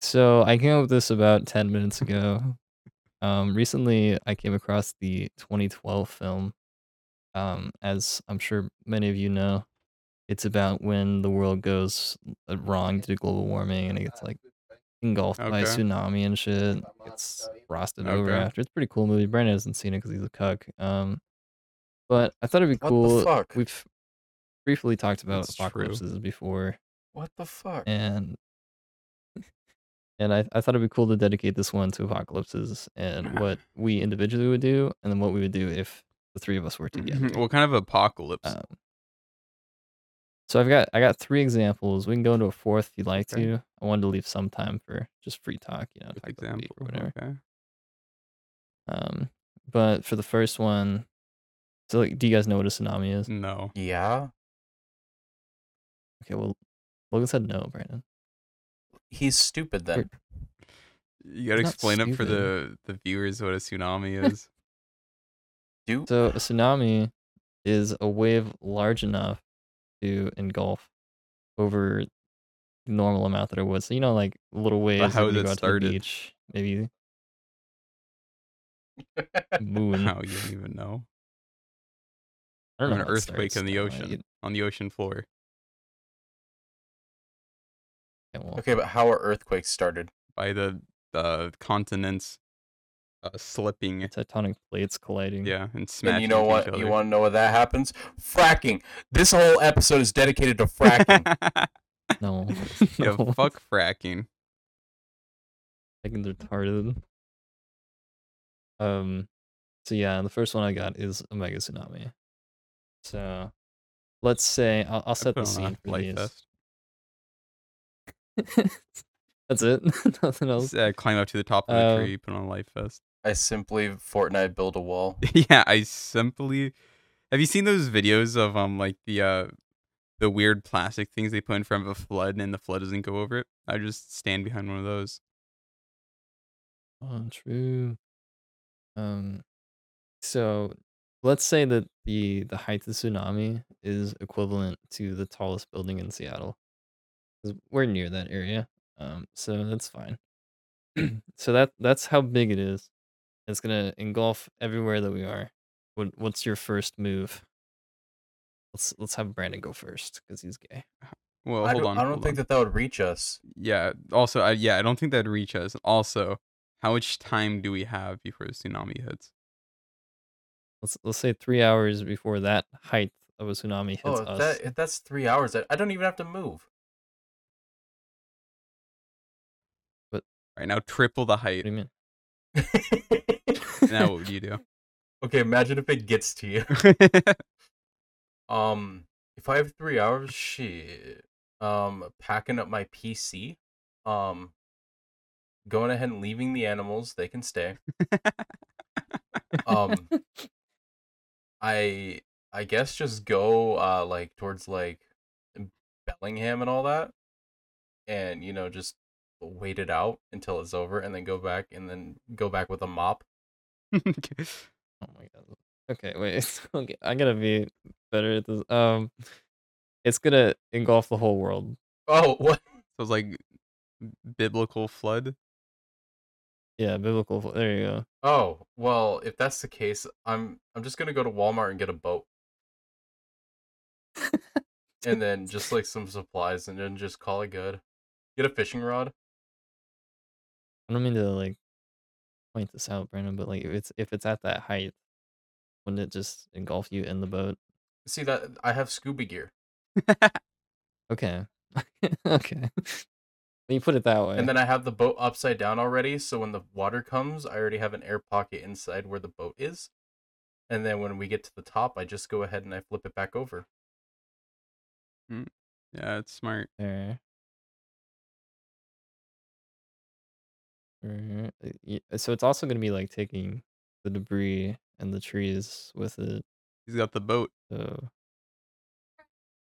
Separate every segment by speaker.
Speaker 1: So I came up with this about 10 minutes ago. Um, recently, I came across the 2012 film. Um, as I'm sure many of you know, it's about when the world goes uh, wrong due to global warming and it gets like engulfed by a
Speaker 2: Okay.
Speaker 1: tsunami and shit. and Gets frosted over
Speaker 2: Okay.
Speaker 1: after. It's a pretty cool movie. Brandon hasn't seen it because he's a cuck. Um, but I thought it'd be
Speaker 3: What the
Speaker 1: cool.
Speaker 3: fuck?
Speaker 1: We've briefly talked about
Speaker 2: That's true.
Speaker 1: apocalypses before,
Speaker 3: What the fuck?
Speaker 1: and and I, I thought it'd be cool to dedicate this one to apocalypses and what we individually would do, and then what we would do if the three of us were
Speaker 2: Mm-hmm.
Speaker 1: together.
Speaker 2: what kind of apocalypse?
Speaker 1: Um, so I've got I got three examples. We can go into a fourth if you'd like
Speaker 2: Okay.
Speaker 1: to. I wanted to leave some time for just free talk, you know,
Speaker 2: With
Speaker 1: talk about the week
Speaker 2: example.
Speaker 1: or whatever.
Speaker 2: Okay.
Speaker 1: Um, but for the first one, so like, do you guys know what a tsunami is?
Speaker 2: No.
Speaker 3: Yeah.
Speaker 1: Okay, well, Logan said no, Brandon.
Speaker 3: He's stupid
Speaker 1: Or-
Speaker 3: then.
Speaker 2: You gotta
Speaker 1: It's not
Speaker 2: explain it for
Speaker 1: stupid.
Speaker 2: the the viewers what a tsunami is.
Speaker 3: Do
Speaker 1: So a tsunami is a wave large enough to engulf over the normal amount that it would. So you know, like little waves like
Speaker 2: how
Speaker 1: when you
Speaker 2: that
Speaker 1: go out to the
Speaker 2: started.
Speaker 1: beach, maybe moon.
Speaker 2: How you don't even know.
Speaker 1: I don't know
Speaker 2: An
Speaker 1: how it
Speaker 2: earthquake
Speaker 1: starts.
Speaker 2: in the
Speaker 1: Though. Like,
Speaker 2: ocean,
Speaker 1: it,
Speaker 2: on the ocean floor.
Speaker 1: yeah, well,
Speaker 3: okay, but how are earthquakes started?
Speaker 2: by the the continents uh, slipping,
Speaker 1: tectonic plates colliding.
Speaker 2: yeah, and
Speaker 3: And you
Speaker 2: smashing
Speaker 3: know
Speaker 2: into each
Speaker 3: what? You
Speaker 2: other.
Speaker 3: want to know where that happens? Fracking. This whole episode is dedicated to fracking.
Speaker 1: No,
Speaker 2: yeah,
Speaker 1: no,
Speaker 2: fuck fracking.
Speaker 1: fucking retarded. Um, so yeah, the first one I got is a mega tsunami. So let's say I'll, I'll
Speaker 2: I
Speaker 1: set
Speaker 2: put
Speaker 1: the
Speaker 2: on
Speaker 1: scene
Speaker 2: a
Speaker 1: for
Speaker 2: life
Speaker 1: these.
Speaker 2: vest.
Speaker 1: That's it. Nothing else.
Speaker 2: Just, uh, climb up to the top of a
Speaker 1: Uh,
Speaker 2: tree, put on a life vest.
Speaker 3: I simply Fortnite build a wall.
Speaker 2: yeah, I simply have you seen those videos of um like the uh the weird plastic things they put in front of a flood and the flood doesn't go over it? I just stand behind one of those.
Speaker 1: oh, true. Um, so let's say that the the height of the tsunami is equivalent to the tallest building in Seattle. 'cause We're near that area, um, so that's fine. so that that's how big it is. It's gonna engulf everywhere that we are. What what's your first move? Let's let's have Brandon go first because he's gay.
Speaker 2: Well,
Speaker 3: I
Speaker 2: hold
Speaker 3: don't,
Speaker 2: on,
Speaker 3: I don't
Speaker 2: hold
Speaker 3: think
Speaker 2: on.
Speaker 3: that that would reach us.
Speaker 2: Yeah. Also, I, yeah, I don't think that'd reach us. Also, how much time do we have before the tsunami hits?
Speaker 1: Let's let's say three hours before that height of a tsunami hits
Speaker 3: Oh, if that
Speaker 1: us.
Speaker 3: if that's three hours. I, I don't even have to move.
Speaker 1: But
Speaker 2: Right now, triple the
Speaker 1: what
Speaker 2: height.
Speaker 1: do you mean? Oh
Speaker 2: Now, what would you do?
Speaker 3: okay, imagine if it gets to you. Um, if I have three hours, shit. Um, packing up my PC. Um, going ahead and leaving the animals. They can stay. Um, I I guess just go uh like towards like Bellingham and all that, and you know just wait it out until it's over, and then go back and then go back with a mop.
Speaker 2: Okay.
Speaker 1: Oh my god. Okay, wait. Okay, I gotta be better at this. Um, it's gonna engulf the whole world.
Speaker 3: Oh, what?
Speaker 2: So it's like biblical flood.
Speaker 1: Yeah, biblical. fo- There you go.
Speaker 3: Oh, well, if that's the case, I'm I'm just gonna go to Walmart and get a boat. and then just like some supplies and then just call it good. Get a fishing rod.
Speaker 1: I don't mean to like point this out, Brandon, but like if it's if it's at that height, wouldn't it just engulf you in the boat?
Speaker 3: See that I have scuba gear.
Speaker 1: Okay. okay. When you put it that way.
Speaker 3: And then I have the boat upside down already, so when the water comes, I already have an air pocket inside where the boat is. And then when we get to the top, I just go ahead and I flip it back over.
Speaker 2: Yeah, it's smart.
Speaker 1: There. there, uh, y- So it's also gonna be like taking the debris and the trees with it.
Speaker 2: He's got the boat.
Speaker 1: So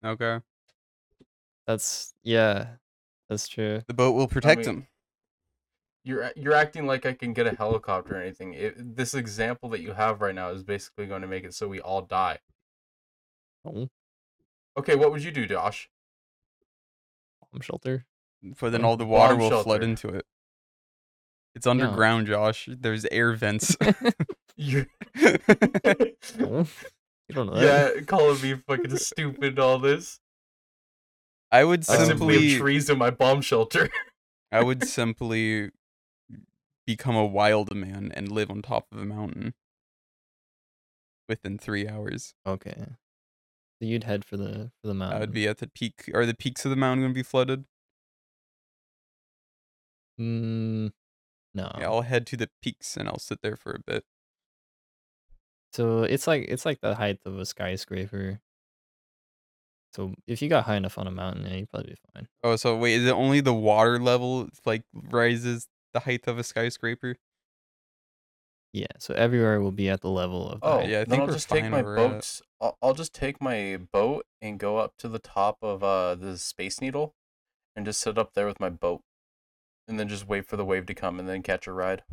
Speaker 2: Okay.
Speaker 1: that's yeah, that's true.
Speaker 2: The boat will protect
Speaker 3: mean-
Speaker 2: him.
Speaker 3: You're a- you're acting like I can get a helicopter or anything. It, this example that you have right now is basically going to make it so we all die.
Speaker 1: Oh,
Speaker 3: Okay, what would you do, Josh?
Speaker 1: bomb shelter.
Speaker 2: but then
Speaker 1: Bomb-
Speaker 2: all the water
Speaker 3: bomb
Speaker 2: will flood
Speaker 3: shelter.
Speaker 2: into it. It's underground, Josh. There's air vents.
Speaker 3: You're-
Speaker 1: Oh, you don't know. that.
Speaker 3: yeah, calling me fucking stupid. and All this.
Speaker 2: I would
Speaker 1: I
Speaker 3: I simply
Speaker 2: simply,
Speaker 3: have trees in my bomb shelter.
Speaker 2: I would simply become a wild man and live on top of a mountain within three hours.
Speaker 1: Okay. So you'd head for the for the mountain.
Speaker 2: I would be at the peak. Are the peaks of the mountain going to be flooded?
Speaker 1: Mm, no.
Speaker 2: Yeah, I'll head to the peaks and I'll sit there for a bit.
Speaker 1: So it's like it's like the height of a skyscraper. So if you got high enough on a mountain, yeah, you'd probably be fine.
Speaker 2: Oh, so wait, is it only the water level like rises the height of a skyscraper?
Speaker 1: Yeah. So everywhere will be at the level of. the
Speaker 3: Oh,
Speaker 1: height.
Speaker 2: yeah, I
Speaker 3: yeah,
Speaker 2: think
Speaker 3: then I'll
Speaker 2: we're
Speaker 3: just take
Speaker 2: fine
Speaker 3: my
Speaker 2: where we're at.
Speaker 3: boats. I'll, I'll just take my boat and go up to the top of uh the Space Needle, and just sit up there with my boat, and then just wait for the wave to come and then catch a ride.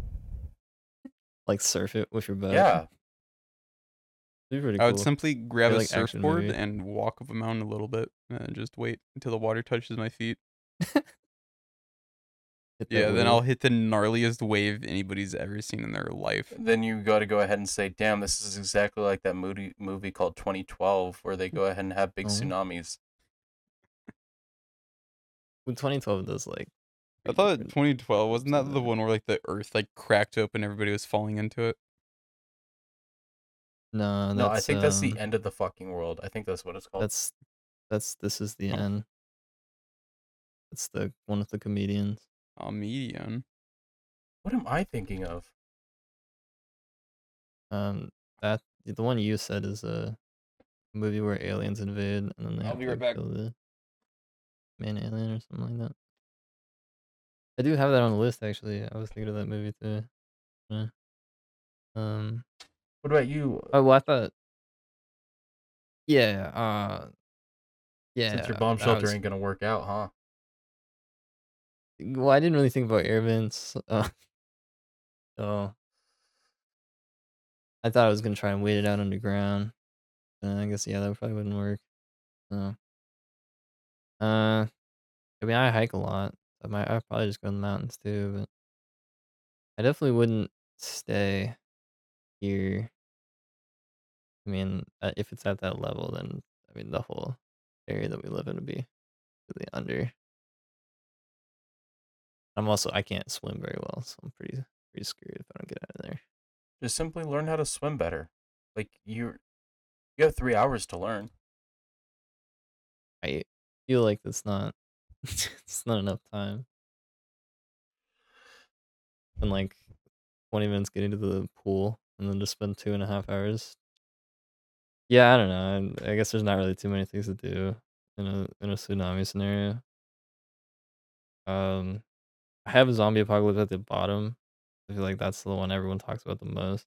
Speaker 1: Like surf it with your boat.
Speaker 3: yeah,
Speaker 1: It'd be pretty
Speaker 2: I
Speaker 1: cool.
Speaker 2: would simply grab
Speaker 1: Or,
Speaker 2: a
Speaker 1: like, action
Speaker 2: surfboard
Speaker 1: movie.
Speaker 2: and walk up a mountain a little bit and just wait until the water touches my feet.
Speaker 1: Hit that
Speaker 2: Yeah, then
Speaker 1: wave.
Speaker 2: I'll hit the gnarliest wave anybody's ever seen in their life.
Speaker 3: then you got to go ahead and say, "Damn, this is exactly like that movie movie called 2012, where they go ahead and have big
Speaker 1: Oh.
Speaker 3: tsunamis."
Speaker 1: Well, 2012 does like.
Speaker 2: I
Speaker 1: pretty
Speaker 2: thought
Speaker 1: good.
Speaker 2: 2012 wasn't that the
Speaker 1: Something.
Speaker 2: one where like the earth like cracked open, everybody was falling into it.
Speaker 1: No, that's,
Speaker 3: no, I think that's the
Speaker 1: um,
Speaker 3: end of the fucking world. I think that's what it's called.
Speaker 1: That's that's this is the
Speaker 2: Oh.
Speaker 1: end. That's the one with the comedians.
Speaker 2: A median.
Speaker 3: What am I thinking of?
Speaker 1: Um, that the one you said is a movie where aliens invade and then they
Speaker 2: I'll
Speaker 1: have
Speaker 2: be
Speaker 1: to
Speaker 2: right back.
Speaker 1: kill the man alien or something like that. I do have that on the list actually. I was thinking of that movie too. Yeah. Um.
Speaker 3: What about you?
Speaker 1: Oh, well, I thought. Yeah. Uh. Yeah.
Speaker 3: Since your bomb
Speaker 1: that
Speaker 3: shelter
Speaker 1: was-
Speaker 3: ain't gonna work out, huh?
Speaker 1: Well, I didn't really think about air vents. Uh, so I thought I was gonna try and wait it out underground. Uh, I guess yeah, that probably wouldn't work. So, uh, I mean, I hike a lot. I might, I'd probably just go in the mountains too, but I definitely wouldn't stay here. I mean, uh, if it's at that level, then I mean, the whole area that we live in would be really under. I'm also I can't swim very well, so I'm pretty pretty screwed if I don't get out of there.
Speaker 3: just simply learn how to swim better. Like you, you have three hours to learn.
Speaker 1: I feel like that's not it's not enough time. And like twenty minutes getting to the pool and then just spend two and a half hours. Yeah, I don't know. I, I guess there's not really too many things to do in a in a tsunami scenario. Um I have a zombie apocalypse at the bottom. I feel like that's the one everyone talks about the most.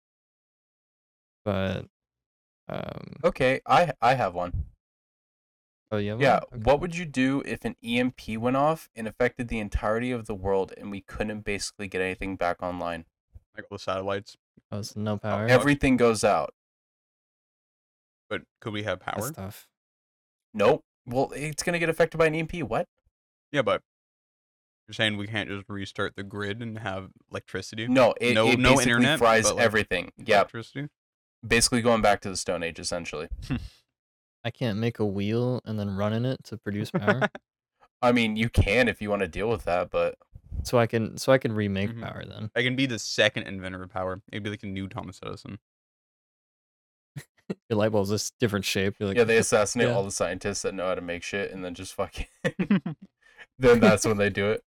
Speaker 1: But um
Speaker 3: Okay, I I have one.
Speaker 1: oh yeah.
Speaker 3: Yeah,
Speaker 1: okay.
Speaker 3: what would you do if an EMP went off and affected the entirety of the world and we couldn't basically get anything back online?
Speaker 2: Like all the satellites.
Speaker 1: oh, so no power.
Speaker 3: Everything goes out.
Speaker 2: But could we have
Speaker 1: That's
Speaker 2: power?
Speaker 1: tough.
Speaker 3: Nope. Well, it's gonna get affected by an EMP. What?
Speaker 2: Yeah, but you're saying we can't just restart the grid and have electricity?
Speaker 3: No, it,
Speaker 2: No-
Speaker 3: it
Speaker 2: no
Speaker 3: basically
Speaker 2: internet,
Speaker 3: fries
Speaker 2: but, like,
Speaker 3: everything. Yeah,
Speaker 2: Electricity?
Speaker 3: basically going back to the Stone Age essentially.
Speaker 1: I can't make a wheel and then run in it to produce power.
Speaker 3: I mean, you can if you want to deal with that, but
Speaker 1: so I can so I can remake
Speaker 3: Mm-hmm.
Speaker 2: Mhm.
Speaker 1: power then.
Speaker 2: I can be the second inventor of power. It'd be like a new Thomas Edison.
Speaker 1: Your light bulb's this different shape. You're like
Speaker 3: yeah, they assassinate
Speaker 1: yeah.
Speaker 3: all the scientists that know how to make shit and then just fucking. then that's when they do it.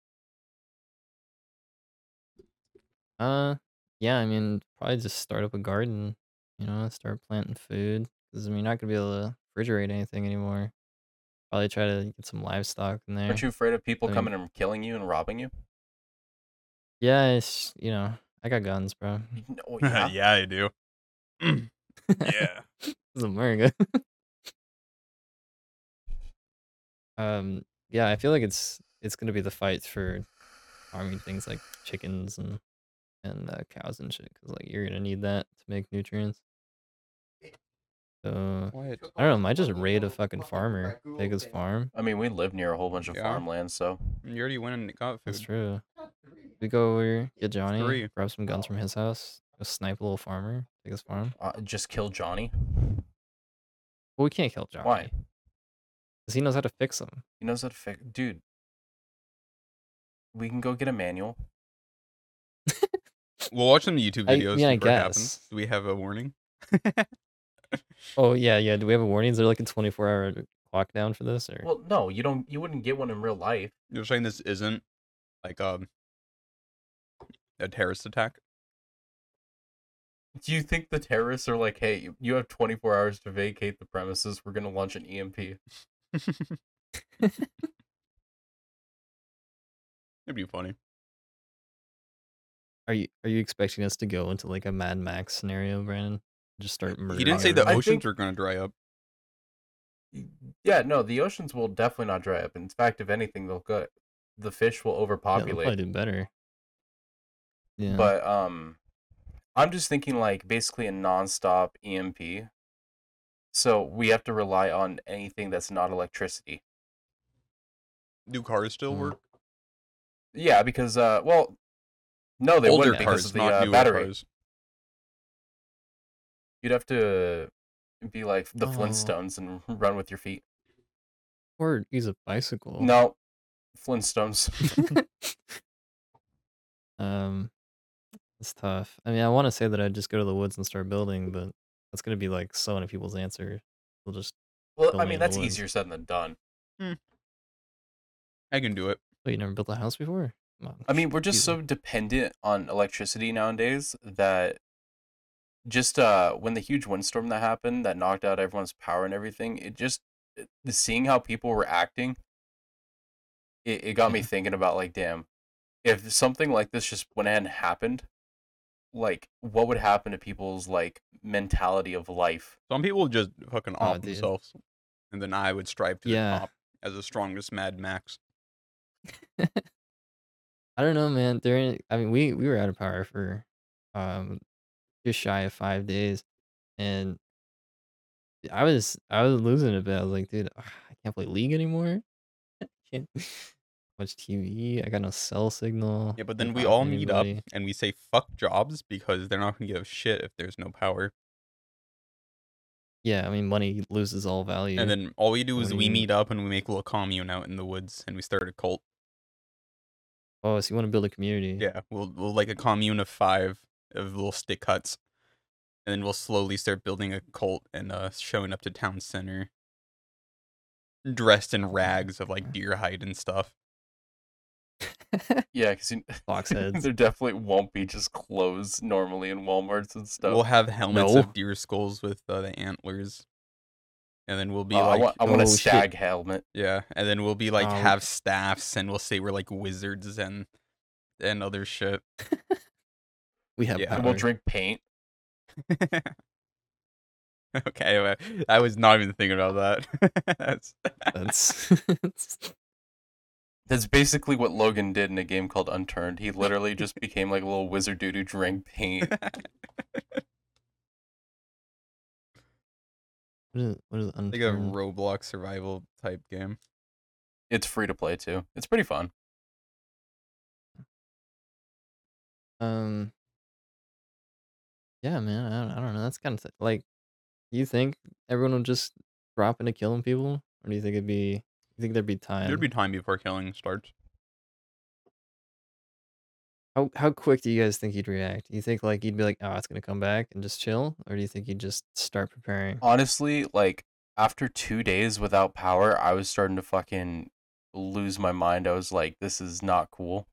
Speaker 1: uh yeah, I mean probably just start up a garden, you know, start planting food. Because I mean you're not gonna be able to refrigerate anything anymore. Probably try to get some livestock in there.
Speaker 3: Aren't you afraid of people
Speaker 1: I mean-
Speaker 3: coming and killing you and robbing you?
Speaker 1: yeah, it's you know, I got guns, bro.
Speaker 3: No, yeah.
Speaker 2: yeah, I do. yeah.
Speaker 1: This is America. um, yeah, I feel like it's it's gonna be the fight for farming things like chickens and and uh, cows and shit because like you're gonna need that to make nutrients. So
Speaker 2: What?
Speaker 1: I don't know. Might just raid a fucking farmer, take his farm.
Speaker 3: I mean, we live near a whole bunch of
Speaker 2: Yeah.
Speaker 3: farmland, so
Speaker 2: You already went and got
Speaker 1: That's
Speaker 2: food.
Speaker 1: true. We go over, get Johnny,
Speaker 2: Three.
Speaker 1: grab some guns from his house, go snipe a little farmer, take his farm.
Speaker 3: uh, just kill Johnny.
Speaker 1: But we can't kill Johnny.
Speaker 3: Why?
Speaker 1: Because he knows how to fix them.
Speaker 3: He knows how to fix. Dude, we can go get a manual.
Speaker 2: We'll watch some YouTube
Speaker 1: I-
Speaker 2: videos.
Speaker 1: yeah, I
Speaker 2: see what happens.
Speaker 1: guess.
Speaker 2: Do we have a warning?
Speaker 1: Oh yeah, yeah. Do we have a warning? Is there like a 24-hour clock down for this? Or
Speaker 3: Well, no, you don't. You wouldn't get one in real life.
Speaker 2: You're saying this isn't like um a terrorist attack?
Speaker 3: Do you think the terrorists are like, hey, you- you have 24 hours to vacate the premises. We're gonna launch an E EMP.
Speaker 2: It'd be funny.
Speaker 1: are you are you expecting us to go into like a Mad Max scenario, Brandon? Just start murdering.
Speaker 2: He didn't say the
Speaker 3: I
Speaker 1: everyone?
Speaker 2: oceans
Speaker 3: think-
Speaker 2: are gonna dry up.
Speaker 3: Yeah, no, the oceans will definitely not dry up. In fact, if anything, they'll go. The fish will
Speaker 1: Yeah, they'll
Speaker 3: overpopulate.
Speaker 1: probably do better. Yeah.
Speaker 3: But um, I'm just thinking like basically a nonstop EMP. So we have to rely on anything that's not electricity.
Speaker 2: Do cars still
Speaker 1: Mm.
Speaker 2: work?
Speaker 3: Yeah, because uh, well, no, they
Speaker 2: Older
Speaker 3: wouldn't because
Speaker 2: cars,
Speaker 3: of the
Speaker 2: not
Speaker 3: uh,
Speaker 2: newer
Speaker 3: battery.
Speaker 2: cars.
Speaker 3: You'd have to be like the
Speaker 1: Oh.
Speaker 3: Flintstones and run with your feet.
Speaker 1: or use a bicycle.
Speaker 3: No, Flintstones.
Speaker 1: um, it's tough. I mean, I want to say that I'd just go to the woods and start building, but that's gonna be like so many people's answer. They'll just
Speaker 3: Well,
Speaker 1: Don't
Speaker 3: I
Speaker 1: leave
Speaker 3: mean
Speaker 1: the
Speaker 3: that's
Speaker 1: woods.
Speaker 3: easier said than done.
Speaker 2: I can do it.
Speaker 1: oh, you never built a house before. Come on.
Speaker 3: I mean, we're just
Speaker 1: Easy.
Speaker 3: so dependent on electricity nowadays that just uh when the huge windstorm that happened that knocked out everyone's power and everything, it just it- seeing how people were acting, it, it got me
Speaker 1: Yeah.
Speaker 3: thinking about like, damn, if something like this just went ahead and happened, like what would happen to people's like mentality of life?
Speaker 2: Some people just fucking
Speaker 1: Oh,
Speaker 2: off
Speaker 1: dude.
Speaker 2: themselves, and then I would strive to
Speaker 1: Yeah.
Speaker 2: the top as the strongest Mad Max.
Speaker 1: I don't know, man. During, I mean, we we were out of power for, um, just shy of five days, and I was I was losing a bit. I was like, dude, I can't play League anymore. I can't watch TV. I got no cell signal.
Speaker 2: Yeah, but
Speaker 1: can't
Speaker 2: then we
Speaker 1: talk to
Speaker 2: all meet up
Speaker 1: anybody.
Speaker 2: and we say fuck jobs because they're not gonna give a shit if there's no power.
Speaker 1: Yeah, I mean, money loses all value.
Speaker 2: And then all we do
Speaker 1: What
Speaker 2: is
Speaker 1: do
Speaker 2: we
Speaker 1: you-
Speaker 2: meet up and we make a little commune out in the woods and we start a cult.
Speaker 1: oh, so you want to build a community?
Speaker 2: Yeah, we'll we'll like a commune of five of little stick huts, and then we'll slowly start building a cult and uh showing up to town center, dressed in rags of like deer hide and stuff.
Speaker 3: Yeah, because
Speaker 1: box heads.
Speaker 3: there definitely won't be just clothes normally in WalMarts and stuff.
Speaker 2: We'll have helmets
Speaker 1: No.
Speaker 2: of deer skulls with uh, the antlers, and then we'll be
Speaker 3: Uh, I
Speaker 2: like,
Speaker 3: want, I want a
Speaker 1: oh, shit.
Speaker 3: stag helmet.
Speaker 2: yeah, and then we'll be like
Speaker 1: Um,
Speaker 2: have staffs and we'll say we're like wizards and and other shit.
Speaker 1: we have.
Speaker 2: Yeah.
Speaker 1: Power.
Speaker 3: And we'll drink paint.
Speaker 2: okay, well, I was not even thinking about that. That's
Speaker 1: That's.
Speaker 3: That's basically what Logan did in a game called Unturned. He literally just became like a little wizard dude who drank paint.
Speaker 1: what is, what is
Speaker 2: like a
Speaker 1: unturned?
Speaker 2: Roblox survival type game.
Speaker 3: It's free to play too. It's pretty fun.
Speaker 1: Um. Yeah, man. I don't, I don't know. That's kind of like, do you think everyone would just drop into killing people, or do you think it'd be? You think there'd be time?
Speaker 2: There'd be time before killing starts.
Speaker 1: how how quick do you guys think you'd react? Do you think like you'd be like, oh, it's gonna come back and just chill, or do you think you'd just start preparing?
Speaker 3: Honestly, like after two days without power, I was starting to fucking lose my mind. I was like, this is not cool.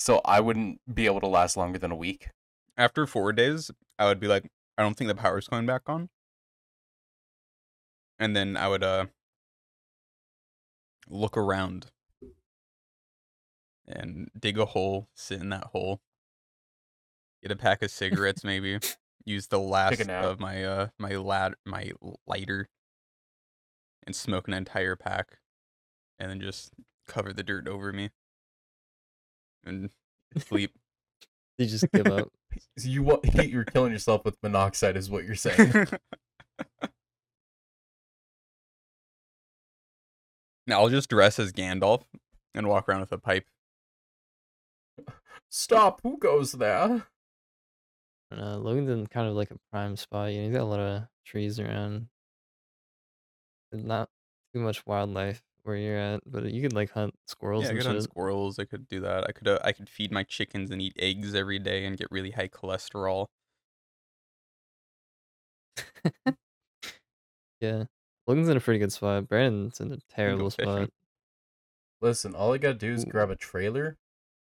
Speaker 3: So I wouldn't be able to last longer than a week.
Speaker 2: After four days, I would be like, I don't think the power's going back on. And then I would uh look around and dig a hole, sit in that hole, get a pack of cigarettes, maybe use the last
Speaker 3: nap.
Speaker 2: of my uh my lad my lighter, and smoke an entire pack, and then just cover the dirt over me and sleep.
Speaker 1: Do you just give up?
Speaker 3: So you want, you're killing yourself with monoxide, is what you're
Speaker 2: Now I'll just dress as Gandalf and walk around with a pipe.
Speaker 3: Stop! Who goes there?
Speaker 1: Uh, Logan's in kind of like a prime spot. You know, he's got a lot of trees around. There's not too much wildlife where you're at, but you could like hunt squirrels
Speaker 2: yeah, I
Speaker 1: and
Speaker 2: could hunt
Speaker 1: shit.
Speaker 2: squirrels. I could do that. I could uh, I could feed my chickens and eat eggs every day and get really high cholesterol.
Speaker 1: Yeah. Logan's in a pretty good spot. Brandon's in a terrible
Speaker 2: fishing.
Speaker 1: spot.
Speaker 3: Listen, all I gotta do is
Speaker 1: Ooh.
Speaker 3: grab a trailer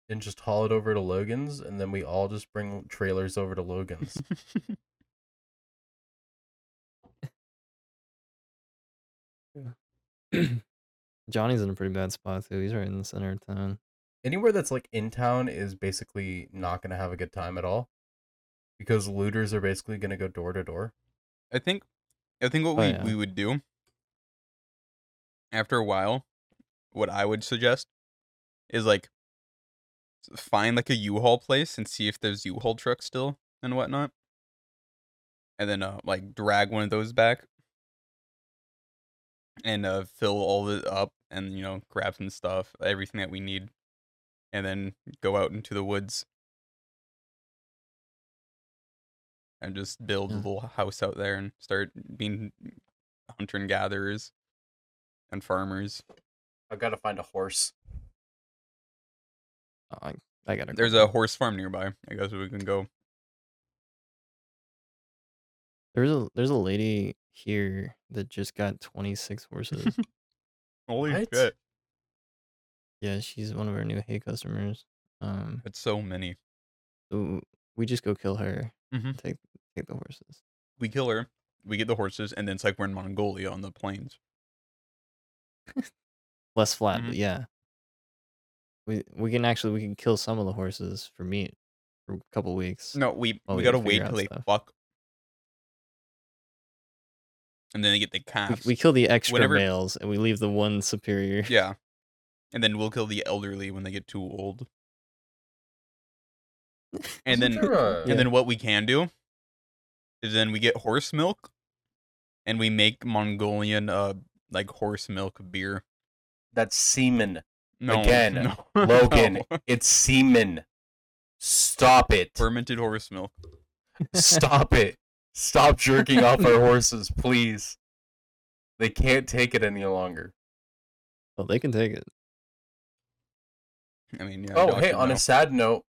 Speaker 3: and just haul it over to Logan's, and then we all just bring trailers over to Logan's.
Speaker 1: Johnny's in a pretty bad spot too. He's right in the center of town.
Speaker 3: Anywhere that's like in town is basically not gonna have a good time at all, because looters are basically gonna go door to door.
Speaker 2: I think I think what
Speaker 1: Oh,
Speaker 2: we,
Speaker 1: yeah.
Speaker 2: we would do after a while, what I would suggest is like s- find like a U-Haul place and see if there's U-Haul trucks still and whatnot. And then uh like drag one of those back and uh fill all of it up and you know grab some stuff, everything that we need, and then go out into the woods. And just build a
Speaker 1: Yeah.
Speaker 2: little house out there and start being hunter and gatherers and farmers.
Speaker 3: I gotta find a horse.
Speaker 1: Oh, I, I gotta.
Speaker 2: There's a horse farm nearby. I guess we can go.
Speaker 1: there's a there's a lady here that just got 26 horses.
Speaker 2: Holy
Speaker 3: What?
Speaker 2: shit.
Speaker 1: yeah, she's one of our new hay customers. Um,
Speaker 2: That's so many.
Speaker 1: so we just go kill her.
Speaker 2: Mhm.
Speaker 1: Take take the horses.
Speaker 2: We kill her, we get the horses, and then it's like we're in Mongolia on the plains.
Speaker 1: Less flat,
Speaker 2: Mhm.
Speaker 1: but yeah. We we can actually we can kill some of the horses for meat for a couple weeks.
Speaker 2: No, we
Speaker 1: Oh,
Speaker 2: we
Speaker 1: yeah,
Speaker 2: gotta
Speaker 1: figure
Speaker 2: wait
Speaker 1: out
Speaker 2: till they
Speaker 1: stuff.
Speaker 2: fuck. And then they get the
Speaker 1: we,
Speaker 2: calves.
Speaker 1: we kill the extra
Speaker 2: Whenever-
Speaker 1: males and we leave the one superior.
Speaker 2: yeah. And then we'll kill the elderly when they get too old. And then
Speaker 3: Isn't there a-
Speaker 1: Yeah.
Speaker 2: and then what we can do is then we get horse milk and we make Mongolian uh like horse milk beer.
Speaker 3: that's semen.
Speaker 2: No,
Speaker 3: Again,
Speaker 2: no,
Speaker 3: Logan,
Speaker 2: no.
Speaker 3: it's semen. Stop it.
Speaker 2: fermented horse milk.
Speaker 3: Stop it. Stop jerking off our horses, please. They can't take it any longer.
Speaker 1: Well, they can take it.
Speaker 2: I mean, yeah.
Speaker 3: oh,
Speaker 2: dogs
Speaker 3: hey,
Speaker 2: should
Speaker 3: on
Speaker 2: know.
Speaker 3: a sad note,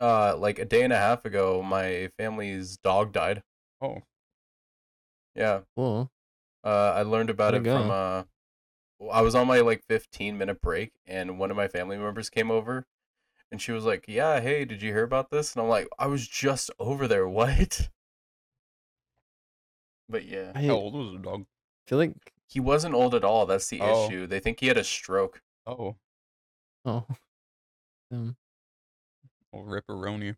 Speaker 3: uh like a day and a half ago, my family's dog died.
Speaker 2: Oh,
Speaker 3: Yeah.
Speaker 1: Well,
Speaker 3: Uh I learned about
Speaker 1: How'd
Speaker 3: it
Speaker 1: it
Speaker 3: from
Speaker 1: go?
Speaker 3: uh I was on my like 15 minute break and one of my family members came over and she was like, "Yeah, hey, did you hear about this?" And I'm like, "I was just over there. What?" But yeah.
Speaker 1: I
Speaker 2: how old was the dog?
Speaker 1: feel like
Speaker 3: He wasn't old at all. That's the
Speaker 2: Oh.
Speaker 3: issue. They think he had a stroke.
Speaker 2: Oh,
Speaker 1: oh, um,
Speaker 2: oh ripperoni.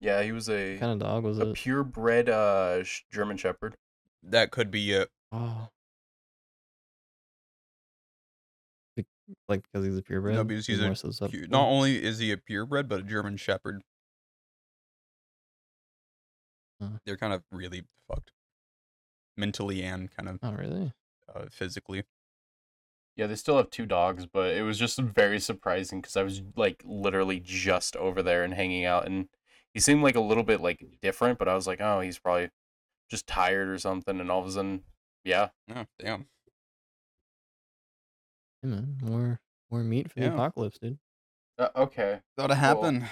Speaker 3: Yeah, he was a
Speaker 1: what kind of dog was
Speaker 3: a
Speaker 1: it?
Speaker 3: purebred uh sh- German Shepherd.
Speaker 2: That could be it.
Speaker 1: Oh. Be- Like because he's a purebred.
Speaker 2: because he's a
Speaker 1: more oh,
Speaker 2: Pu-
Speaker 3: oh.
Speaker 1: susceptible?
Speaker 2: Not only is he a purebred, but a German Shepherd.
Speaker 3: Hmm.
Speaker 1: Huh.
Speaker 2: They're kind of really fucked, mentally and kind of
Speaker 1: Oh, really?
Speaker 2: uh, physically.
Speaker 3: Yeah, they still have two dogs, but it was just very surprising because I was like literally just over there and hanging out, and he seemed like a little bit like different, but I was like, oh, he's probably just tired or something, and all of a sudden, yeah,
Speaker 2: Oh, damn.
Speaker 1: Hey, man, more more meat for
Speaker 2: Yeah.
Speaker 1: the apocalypse, dude.
Speaker 3: uh, okay,
Speaker 2: That'll
Speaker 3: happen.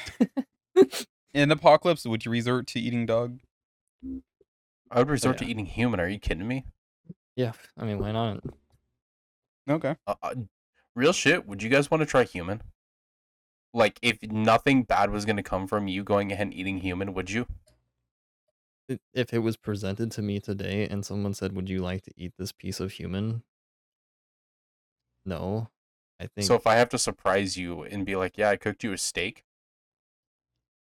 Speaker 2: In apocalypse, would you resort to eating dog?
Speaker 3: I would resort to
Speaker 1: yeah.
Speaker 3: eating human. Are you kidding me?
Speaker 1: Yeah, I mean, why not?
Speaker 2: Okay.
Speaker 3: Uh, uh, real shit. Would you guys want to try human? Like, if nothing bad was gonna come from you going ahead and eating human, would you?
Speaker 1: I- If it was presented to me today and someone said, "Would you like to eat this piece of human?" No, I think.
Speaker 3: So if I have to surprise you and be like, "Yeah, I cooked you a steak,"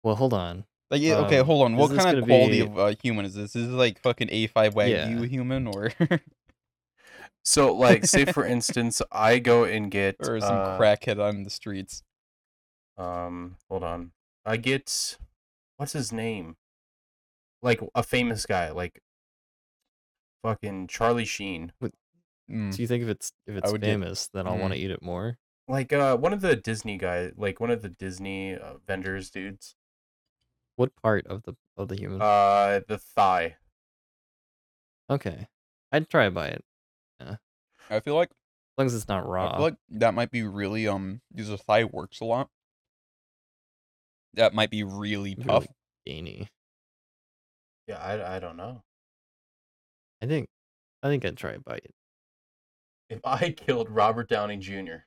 Speaker 1: well, hold on.
Speaker 2: Like, yeah, okay,
Speaker 1: Um,
Speaker 2: hold on.
Speaker 1: is
Speaker 2: What
Speaker 1: this
Speaker 2: kind of
Speaker 1: gonna
Speaker 2: quality
Speaker 1: be-
Speaker 2: of uh, human is this? Is this like fucking A5 Wagyu
Speaker 1: Yeah.
Speaker 2: human or,
Speaker 3: so like, say for instance, I go and get
Speaker 2: or some
Speaker 3: uh,
Speaker 2: crackhead on the streets?
Speaker 3: Um, hold on, I get what's his name, like a famous guy, like fucking Charlie Sheen.
Speaker 2: Mm.
Speaker 1: So you think if it's if it's
Speaker 2: would get- Mm-hmm.
Speaker 1: famous, then I'll want to eat it more.
Speaker 3: Like uh, one of the Disney guy, like one of the Disney uh, vendors dudes,
Speaker 1: What part of the of the human?
Speaker 3: uh, the thigh.
Speaker 1: okay, I'd try to buy it
Speaker 2: I feel like
Speaker 1: as long as it's not raw.
Speaker 2: I feel like that might be really um because the thigh works a lot. That might be really
Speaker 1: Really
Speaker 2: tough.
Speaker 1: gainy.
Speaker 3: Yeah, I, I don't know.
Speaker 1: I think I think I'd try to buy it.
Speaker 3: If I killed Robert Downey Jr.,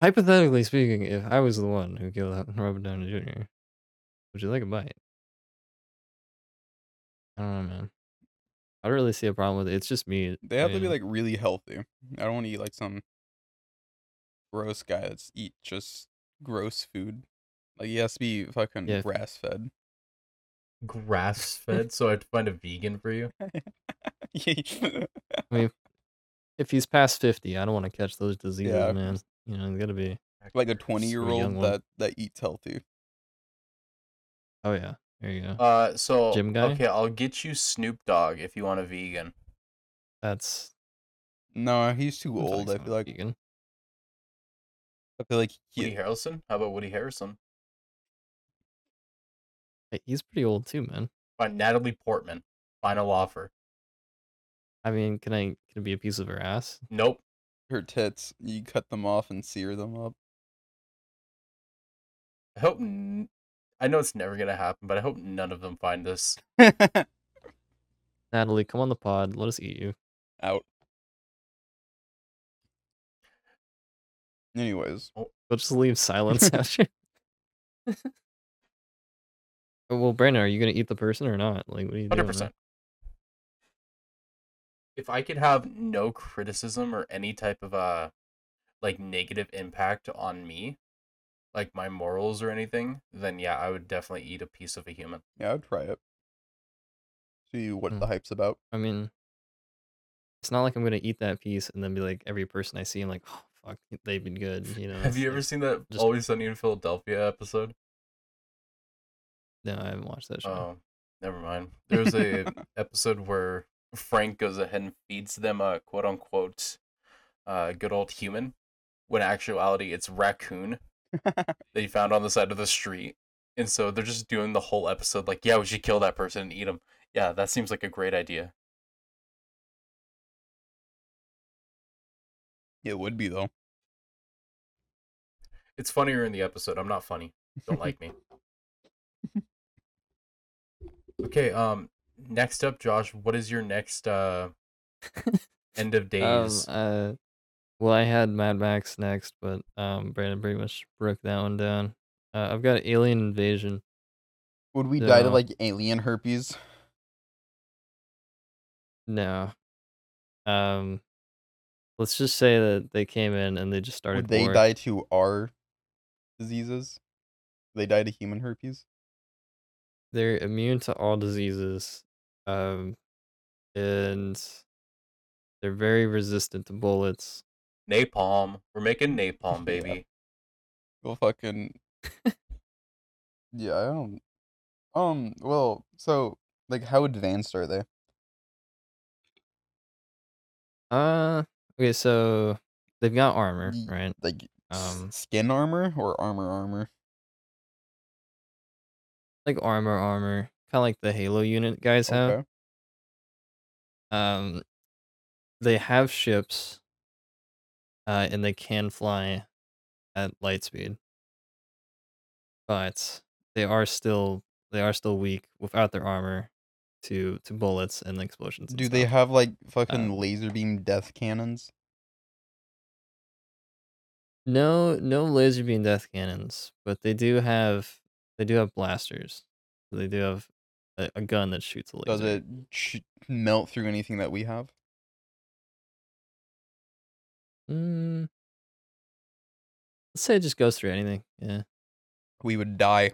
Speaker 1: Hypothetically speaking, if I was the one who killed out Robert Downey Jr., would you like a bite? I don't know, man. I don't really see a problem with it. It's just me.
Speaker 2: They have
Speaker 1: I
Speaker 2: to be
Speaker 1: mean,
Speaker 2: like really healthy. I don't want to eat like some gross guy that's eat just gross food. Like he has to be fucking
Speaker 1: Yeah.
Speaker 2: grass fed.
Speaker 3: grass fed, so I have to find a vegan for you.
Speaker 1: if he's past fifty, I don't want to catch those diseases,
Speaker 2: Yeah.
Speaker 1: man. You know, it's gotta be.
Speaker 2: like a twenty year
Speaker 1: young
Speaker 2: old
Speaker 1: one.
Speaker 2: that that eats healthy.
Speaker 1: Oh yeah, there you go.
Speaker 3: Uh, so
Speaker 1: Gym guy?
Speaker 3: okay, I'll get you Snoop Dogg if you want a vegan.
Speaker 1: That's
Speaker 2: No, he's too
Speaker 1: I feel like
Speaker 2: old. I
Speaker 1: someone
Speaker 2: feel like
Speaker 1: vegan.
Speaker 2: I feel like
Speaker 3: Woody
Speaker 2: he,
Speaker 3: Harrelson? How about Woody Harrelson?
Speaker 1: Hey, he's pretty old too, man.
Speaker 3: Find Natalie Portman. Final offer.
Speaker 1: I mean, can I can it be a piece of her ass?
Speaker 3: Nope.
Speaker 2: her tits. You cut them off and sear them up.
Speaker 3: I hope. N- I know it's never gonna happen, but I hope none of them find this.
Speaker 1: Natalie, come on the pod. Let us eat you.
Speaker 2: Out. Anyways,
Speaker 1: We'll just leave silence after. Oh, well, Brandon, are you gonna eat the person or not? Like, what are you doing?
Speaker 3: Hundred
Speaker 1: man?
Speaker 3: percent. If I could have no criticism or any type of uh, like negative impact on me, like my morals or anything, then yeah, I would definitely eat a piece of a human.
Speaker 2: yeah, I'd try it. See what
Speaker 1: Hmm.
Speaker 2: the hype's about.
Speaker 1: I mean, it's not like I'm gonna eat that piece and then be like every person I see, I'm like, oh fuck, they've been good. You know.
Speaker 3: Have
Speaker 1: it's
Speaker 3: you ever
Speaker 1: like-
Speaker 3: seen that
Speaker 1: just-
Speaker 3: Always Sunny in Philadelphia episode?
Speaker 1: No, I haven't watched that show.
Speaker 3: Oh, never mind. There was a episode where Frank goes ahead and feeds them a quote unquote uh, good old human, when in actuality it's raccoon that he found on the side of the street. And so they're just doing the whole episode like, yeah, we should kill that person and eat him. Yeah, that seems like a great idea.
Speaker 2: It would be though.
Speaker 3: It's funnier in the episode. I'm not funny. Don't like me. Okay, um next up, Josh, what is your next uh end of
Speaker 1: Um,
Speaker 3: days?
Speaker 1: uh, well, I had Mad Max next, but um, Brandon pretty much broke that one down. Uh, I've got Alien Invasion.
Speaker 2: Would we die to
Speaker 1: Yeah.
Speaker 2: like alien herpes?
Speaker 1: No. Um, let's just say that they came in and they just started.
Speaker 2: Would they
Speaker 1: war.
Speaker 2: die to our diseases? Would they die to human herpes?
Speaker 1: They're immune to all diseases, um, and they're very resistant to bullets.
Speaker 3: Napalm. We're making napalm, baby.
Speaker 2: Well, fucking. yeah, I don't. Um. Well, so like, how advanced are they?
Speaker 1: Uh, okay, so they've got armor,
Speaker 2: Ye-
Speaker 1: right?
Speaker 2: Like, s-
Speaker 1: Um,
Speaker 2: skin armor or armor armor?
Speaker 1: like armor, armor, kind of like the Halo unit guys have.
Speaker 2: Okay.
Speaker 1: um they have ships uh and they can fly at light speed but they are still they are still weak without their armor to to bullets and explosions and
Speaker 2: Do they
Speaker 1: stuff.
Speaker 2: have like
Speaker 1: uh
Speaker 2: fucking laser beam death cannons?
Speaker 1: no no laser beam death cannons but they do have they do have blasters they do have a, a gun that shoots a laser
Speaker 2: Does it ch- melt through anything that we have?
Speaker 1: mm, let's say it just goes through anything yeah
Speaker 2: We would die.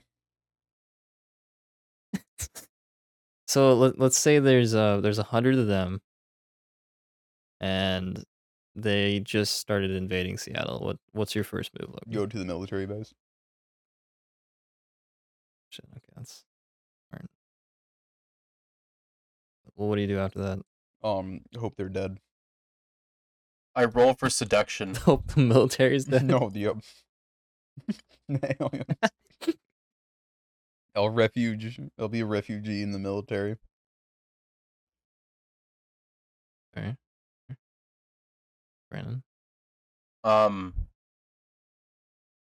Speaker 1: So let, let's say there's uh there's a hundred of them, and they just started invading Seattle. What what's your first move? Logan?
Speaker 2: Go to the military base.
Speaker 1: Shit, okay, that's. smart. Well, what do you do after that?
Speaker 2: Um, hope they're dead.
Speaker 3: I roll for seduction.
Speaker 1: Hope the military's dead.
Speaker 2: No, the um, the aliens. I'll refuge. I'll be a refugee in the military.
Speaker 1: Brandon.
Speaker 3: Um,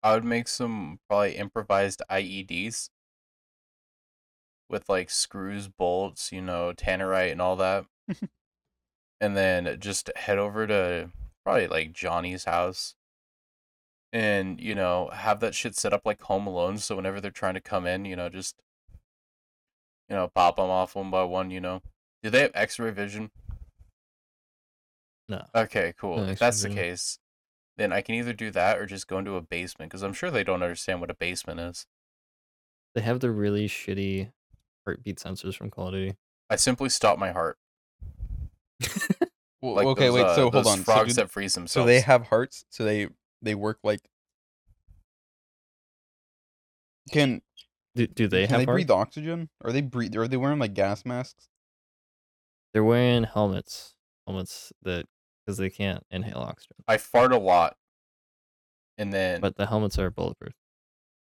Speaker 3: I would make some probably improvised IEDs with like screws, bolts, you know, tannerite, and all that. and then just head over to probably like Johnny's house and, you know, have that shit set up like Home Alone. So whenever they're trying to come in, you know, just, you know, pop them off one by one, you know. Do they have x ray vision?
Speaker 1: No.
Speaker 3: Okay, cool.
Speaker 1: No,
Speaker 3: if
Speaker 1: extra
Speaker 3: that's the
Speaker 1: vision.
Speaker 3: case, then I can either do that or just go into a basement because I'm sure they don't understand what a basement is.
Speaker 1: They have the really shitty heartbeat sensors from Call of Duty.
Speaker 3: I simply stop my heart.
Speaker 2: Well,
Speaker 3: Like
Speaker 2: okay,
Speaker 3: those,
Speaker 2: wait.
Speaker 3: uh,
Speaker 2: so hold
Speaker 3: those
Speaker 2: on. So,
Speaker 3: Frogs
Speaker 2: do-
Speaker 3: that freeze themselves.
Speaker 2: so they have hearts. So they they work like. Can
Speaker 1: Do, do they
Speaker 2: Mm, can
Speaker 1: have
Speaker 2: they
Speaker 1: heart?
Speaker 2: breathe oxygen? Are they breathe? Are they wearing like gas masks?
Speaker 1: They're wearing helmets. Helmets that because they can't inhale oxygen.
Speaker 3: I fart a lot, and then
Speaker 1: But the helmets are bulletproof.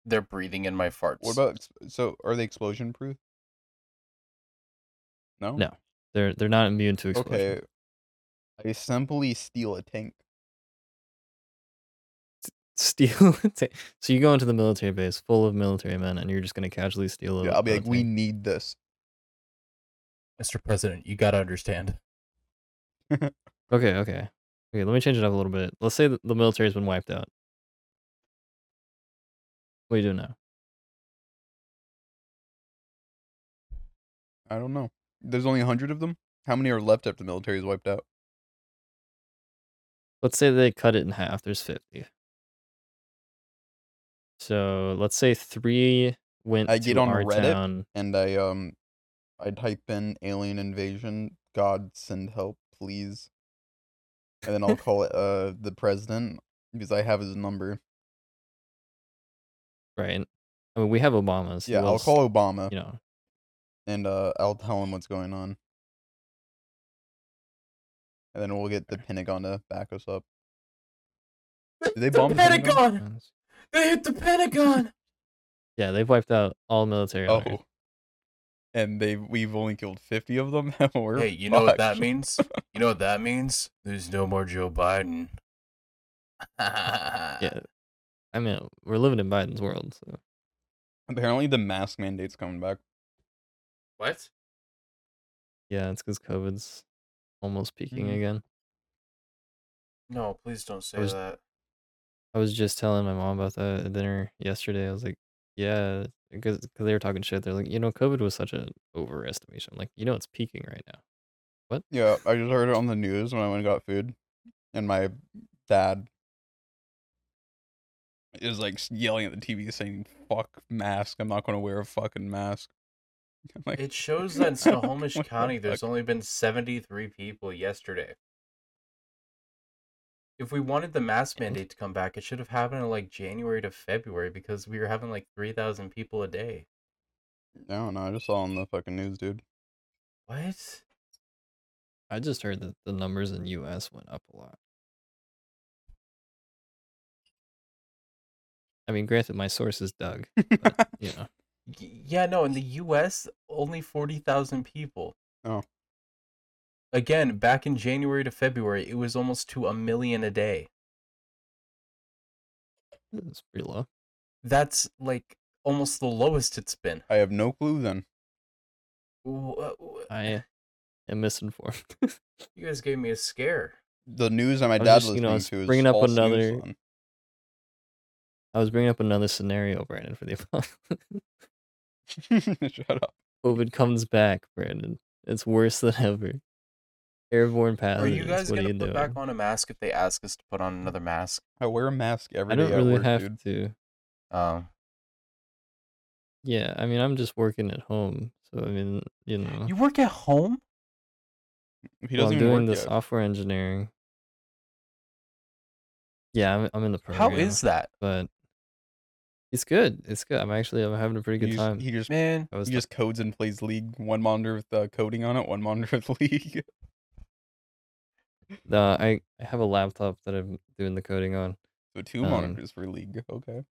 Speaker 3: they're breathing in my farts.
Speaker 2: What about ex- so? Are they explosion proof? No.
Speaker 1: No, They're they're not immune to explosions.
Speaker 2: Okay. I simply steal a tank.
Speaker 1: Steal. a ta- so you go into the military base full of military men, and you're just gonna casually steal. a-
Speaker 2: Yeah, I'll be
Speaker 1: a
Speaker 2: like, we
Speaker 1: tank.
Speaker 2: need this.
Speaker 3: Mr. President? You gotta understand.
Speaker 1: Okay, okay, okay. Let me change it up a little bit. Let's say that the military's been wiped out. What do you do now?
Speaker 2: I don't know. There's only a hundred of them. How many are left after the military is wiped out?
Speaker 1: Let's say they cut it in half. There's fifty. So let's say three went
Speaker 2: I get
Speaker 1: to
Speaker 2: on
Speaker 1: our
Speaker 2: Reddit.
Speaker 1: town.
Speaker 2: And I um, I type in alien invasion. God send help, please. And then I'll call it uh the president because I have his number.
Speaker 1: Right. I mean, we have Obama's. who
Speaker 2: Yeah, I'll
Speaker 1: else,
Speaker 2: call Obama
Speaker 1: You know,
Speaker 2: and uh I'll tell him what's going on. And then we'll get the Pentagon to back us up. Did they bomb the Pentagon?
Speaker 3: They hit the Pentagon.
Speaker 1: yeah, they've wiped out all military. on Earth.
Speaker 2: Oh. And they we've only killed fifty of them. We're
Speaker 3: hey, you know what that
Speaker 2: fucked.
Speaker 3: means? You know what that means? There's no more Joe Biden.
Speaker 1: yeah. I mean, we're living in Biden's world. So.
Speaker 2: Apparently the mask mandate's coming back.
Speaker 3: What?
Speaker 1: Yeah, it's because COVID's almost peaking
Speaker 2: Mhm.
Speaker 1: again.
Speaker 3: No, please don't say
Speaker 1: was-
Speaker 3: that.
Speaker 1: I was just telling my mom about that at dinner yesterday. I was like, yeah, because cause they were talking shit. They're like, you know, COVID was such an overestimation. I'm like, you know, it's peaking right now.
Speaker 2: Yeah, I just heard it on the news when I went and got food. And my dad is like yelling at the TV saying, Fuck mask, I'm not gonna wear a fucking mask. I'm like,
Speaker 3: It shows that in Snohomish
Speaker 2: What the
Speaker 3: County, there's
Speaker 2: fuck?
Speaker 3: only been 73 people yesterday. If we wanted the mask
Speaker 1: And-
Speaker 3: mandate to come back, it should have happened in like January to February because we were having like 3,000 people a day.
Speaker 2: I don't know, I just saw on the fucking news, dude.
Speaker 3: What?
Speaker 1: I just heard that the numbers in US went up a lot. I mean, granted, my source is Doug. But, you know,
Speaker 3: Y- yeah, no, in the US, only 40,000 people.
Speaker 2: Oh.
Speaker 3: Again, back in January to February, it was almost to a million a day.
Speaker 1: it's pretty low.
Speaker 3: That's like almost the lowest it's been.
Speaker 2: I have no clue then.
Speaker 3: Wh- wh-
Speaker 1: I am misinformed.
Speaker 3: You guys gave me a scare.
Speaker 2: The news that my
Speaker 1: was
Speaker 2: dad's
Speaker 1: just, you
Speaker 2: listening
Speaker 1: know,
Speaker 2: to is
Speaker 1: bringing up
Speaker 2: false news
Speaker 1: another-
Speaker 2: on.
Speaker 1: I was bringing up another scenario, Brandon, for the apocalypse.
Speaker 2: Shut up.
Speaker 1: COVID comes back, Brandon. It's worse than ever. Airborne
Speaker 3: Are you
Speaker 1: pathogens.
Speaker 3: guys
Speaker 1: what
Speaker 3: gonna
Speaker 1: are you
Speaker 3: put
Speaker 1: doing?
Speaker 3: back on a mask if they ask us to put on another mask?
Speaker 2: I wear a mask every
Speaker 1: I
Speaker 2: day
Speaker 1: don't
Speaker 2: at
Speaker 1: really
Speaker 2: work,
Speaker 1: have
Speaker 2: dude.
Speaker 1: to.
Speaker 3: Um,
Speaker 1: Yeah, I mean, I'm just working at home, so I mean, you know,
Speaker 3: you work at home?
Speaker 2: He
Speaker 1: well,
Speaker 2: doesn't
Speaker 1: I'm
Speaker 2: even
Speaker 1: doing the
Speaker 2: work yet.
Speaker 1: software engineering. Yeah, I'm, I'm in the
Speaker 3: How
Speaker 1: program.
Speaker 3: is that,
Speaker 1: But it's good. It's good. I'm actually I'm having a pretty good
Speaker 2: He's-
Speaker 1: time.
Speaker 2: He just
Speaker 3: man?
Speaker 1: I was
Speaker 2: he just codes and plays League. One monitor with uh, coding on it, one monitor with League.
Speaker 1: Uh, I, I have a laptop that I'm doing the coding on.
Speaker 2: So two
Speaker 1: Um,
Speaker 2: monitors for league. Okay.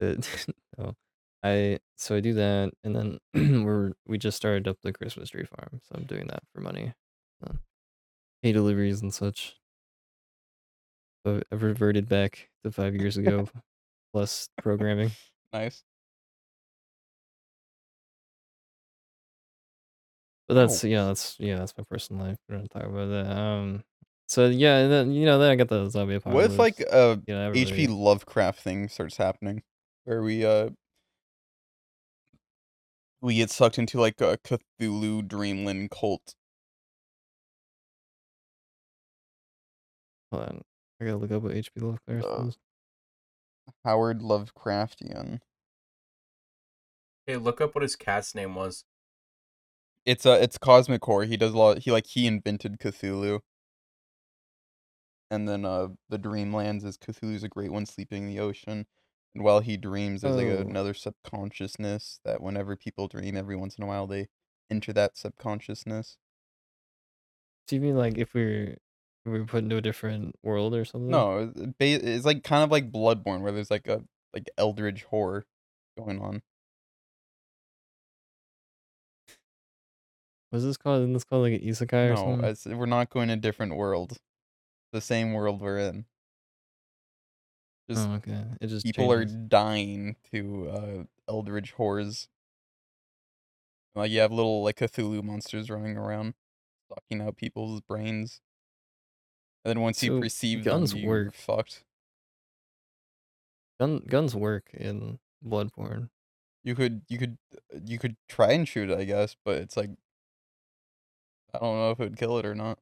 Speaker 1: It- no. I so I do that, and then we're we just started up the Christmas tree farm, so I'm doing that for money, uh, pay deliveries and such. So I've reverted back to five years ago, plus programming.
Speaker 2: Nice.
Speaker 1: But that's
Speaker 2: Oh.
Speaker 1: yeah, that's yeah, that's my personal life. We're not talking about that. Um, so yeah, and then you know, then I got the zombie
Speaker 2: What
Speaker 1: apocalypse.
Speaker 2: if like a
Speaker 1: you know, everybody-
Speaker 2: HP Lovecraft thing starts happening, where we uh we get sucked into like a Cthulhu Dreamland cult?
Speaker 1: Hold on. I gotta look up what HP Lovecraft
Speaker 2: Uh,
Speaker 1: is.
Speaker 2: Howard Lovecraftian.
Speaker 3: Hey, look up what his cat's name was.
Speaker 2: It's uh it's Cosmic Core. He does a lot. He like he invented Cthulhu. And then uh the Dreamlands is Cthulhu's a great one sleeping in the ocean. And while he dreams, there's like
Speaker 1: Oh.
Speaker 2: another subconsciousness that whenever people dream, every once in a while they enter that subconsciousness.
Speaker 1: Do you mean like if we're if we were put into a different world or something?
Speaker 2: No, it- it ba- it's like kind of like Bloodborne, where there's like a like eldritch horror going on.
Speaker 1: Was this called? Isn't this called like an isekai or
Speaker 2: No,
Speaker 1: something?
Speaker 2: it's, we're not going to different world. The same world we're in. Just
Speaker 1: oh, okay. It just
Speaker 2: people are
Speaker 1: changes.
Speaker 2: dying to uh, eldritch horrors. Like you have little like Cthulhu monsters running around, sucking out people's brains. And then once
Speaker 1: So,
Speaker 2: you perceive
Speaker 1: guns
Speaker 2: them, you're
Speaker 1: work.
Speaker 2: fucked.
Speaker 1: Gun, guns work in Bloodborne.
Speaker 2: You could you could uh, you could try and shoot it, I guess, but it's like I don't know if it would kill it or not.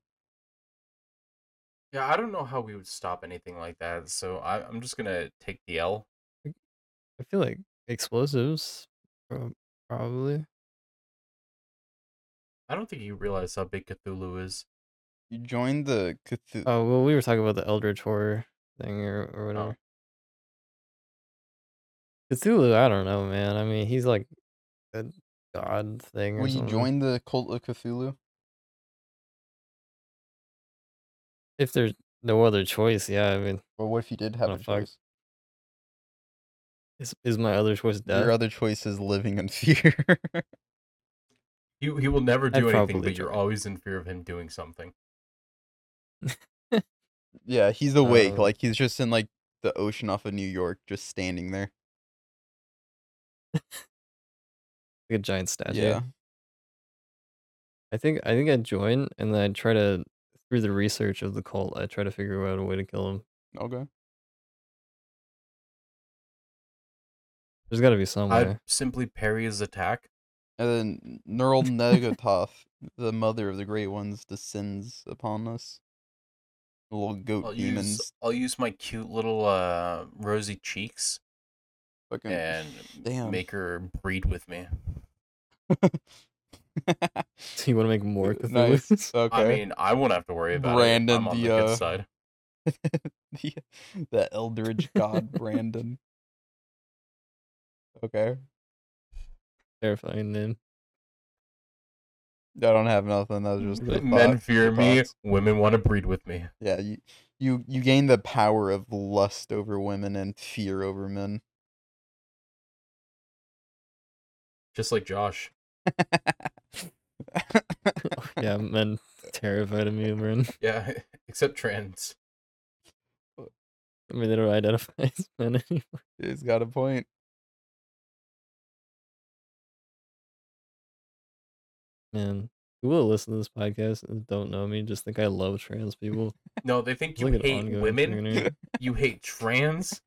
Speaker 3: Yeah, I don't know how we would stop anything like that. So I, I'm just gonna take the L.
Speaker 1: I feel like explosives, prob- probably.
Speaker 3: I don't think you realize how big Cthulhu is.
Speaker 2: You join the Cthulhu.
Speaker 1: Oh well, we were talking about the Eldritch horror thing or
Speaker 2: Oh.
Speaker 1: or whatever. Cthulhu, I don't know, man. I mean, he's like a god thing. Or
Speaker 2: Will you
Speaker 1: something.
Speaker 2: join the Cult of Cthulhu?
Speaker 1: If there's no other choice, yeah. I mean,
Speaker 2: Or what if you did have
Speaker 1: Oh,
Speaker 2: a
Speaker 1: fuck.
Speaker 2: choice?
Speaker 1: is is my other choice death?
Speaker 2: Your other choice is living in fear.
Speaker 3: He he will never do anything,
Speaker 1: probably
Speaker 3: but you're
Speaker 1: join.
Speaker 3: always in fear of him doing something.
Speaker 2: yeah, he's awake.
Speaker 1: Um,
Speaker 2: like he's just in like the ocean off of New York, just standing there.
Speaker 1: like a giant statue.
Speaker 2: Yeah.
Speaker 1: I think I think I'd join and then I'd try to through the research of the cult, I would try to figure out a way to kill him.
Speaker 2: Okay.
Speaker 1: There's gotta be some way.
Speaker 3: I'd simply parry his attack.
Speaker 2: And then Neural Negatoth, the mother of the Great Ones, descends upon us. The little goat
Speaker 3: I'll
Speaker 2: demons
Speaker 3: use I'll use my cute little uh, rosy cheeks
Speaker 2: fucking
Speaker 3: and
Speaker 2: damn.
Speaker 3: make her breed with me.
Speaker 1: you wanna make more Cthulhu?
Speaker 2: nice. Okay.
Speaker 3: I mean, I won't have to worry about it.
Speaker 2: Brandon,
Speaker 3: I'm on the,
Speaker 2: the,
Speaker 3: good
Speaker 2: uh,
Speaker 3: side.
Speaker 2: the, the Eldridge God Brandon. Okay.
Speaker 1: Terrifying name.
Speaker 2: I don't have nothing. That was just a
Speaker 3: Men
Speaker 2: thought,
Speaker 3: fear
Speaker 2: the
Speaker 3: me.
Speaker 2: thoughts.
Speaker 3: Women want to breed with me.
Speaker 2: Yeah, you, you you gain the power of lust over women and fear over men.
Speaker 3: Just like Josh.
Speaker 1: Yeah, men terrified of me, man.
Speaker 3: Yeah, except trans.
Speaker 1: I mean they don't identify as men anymore.
Speaker 2: He's got a point.
Speaker 1: Man. Who will listen to this podcast and don't know me, just think I love trans people.
Speaker 3: No, they think
Speaker 1: It's
Speaker 3: you
Speaker 1: like an
Speaker 3: hate
Speaker 1: ongoing
Speaker 3: women.
Speaker 1: thing, right?
Speaker 3: You hate trans.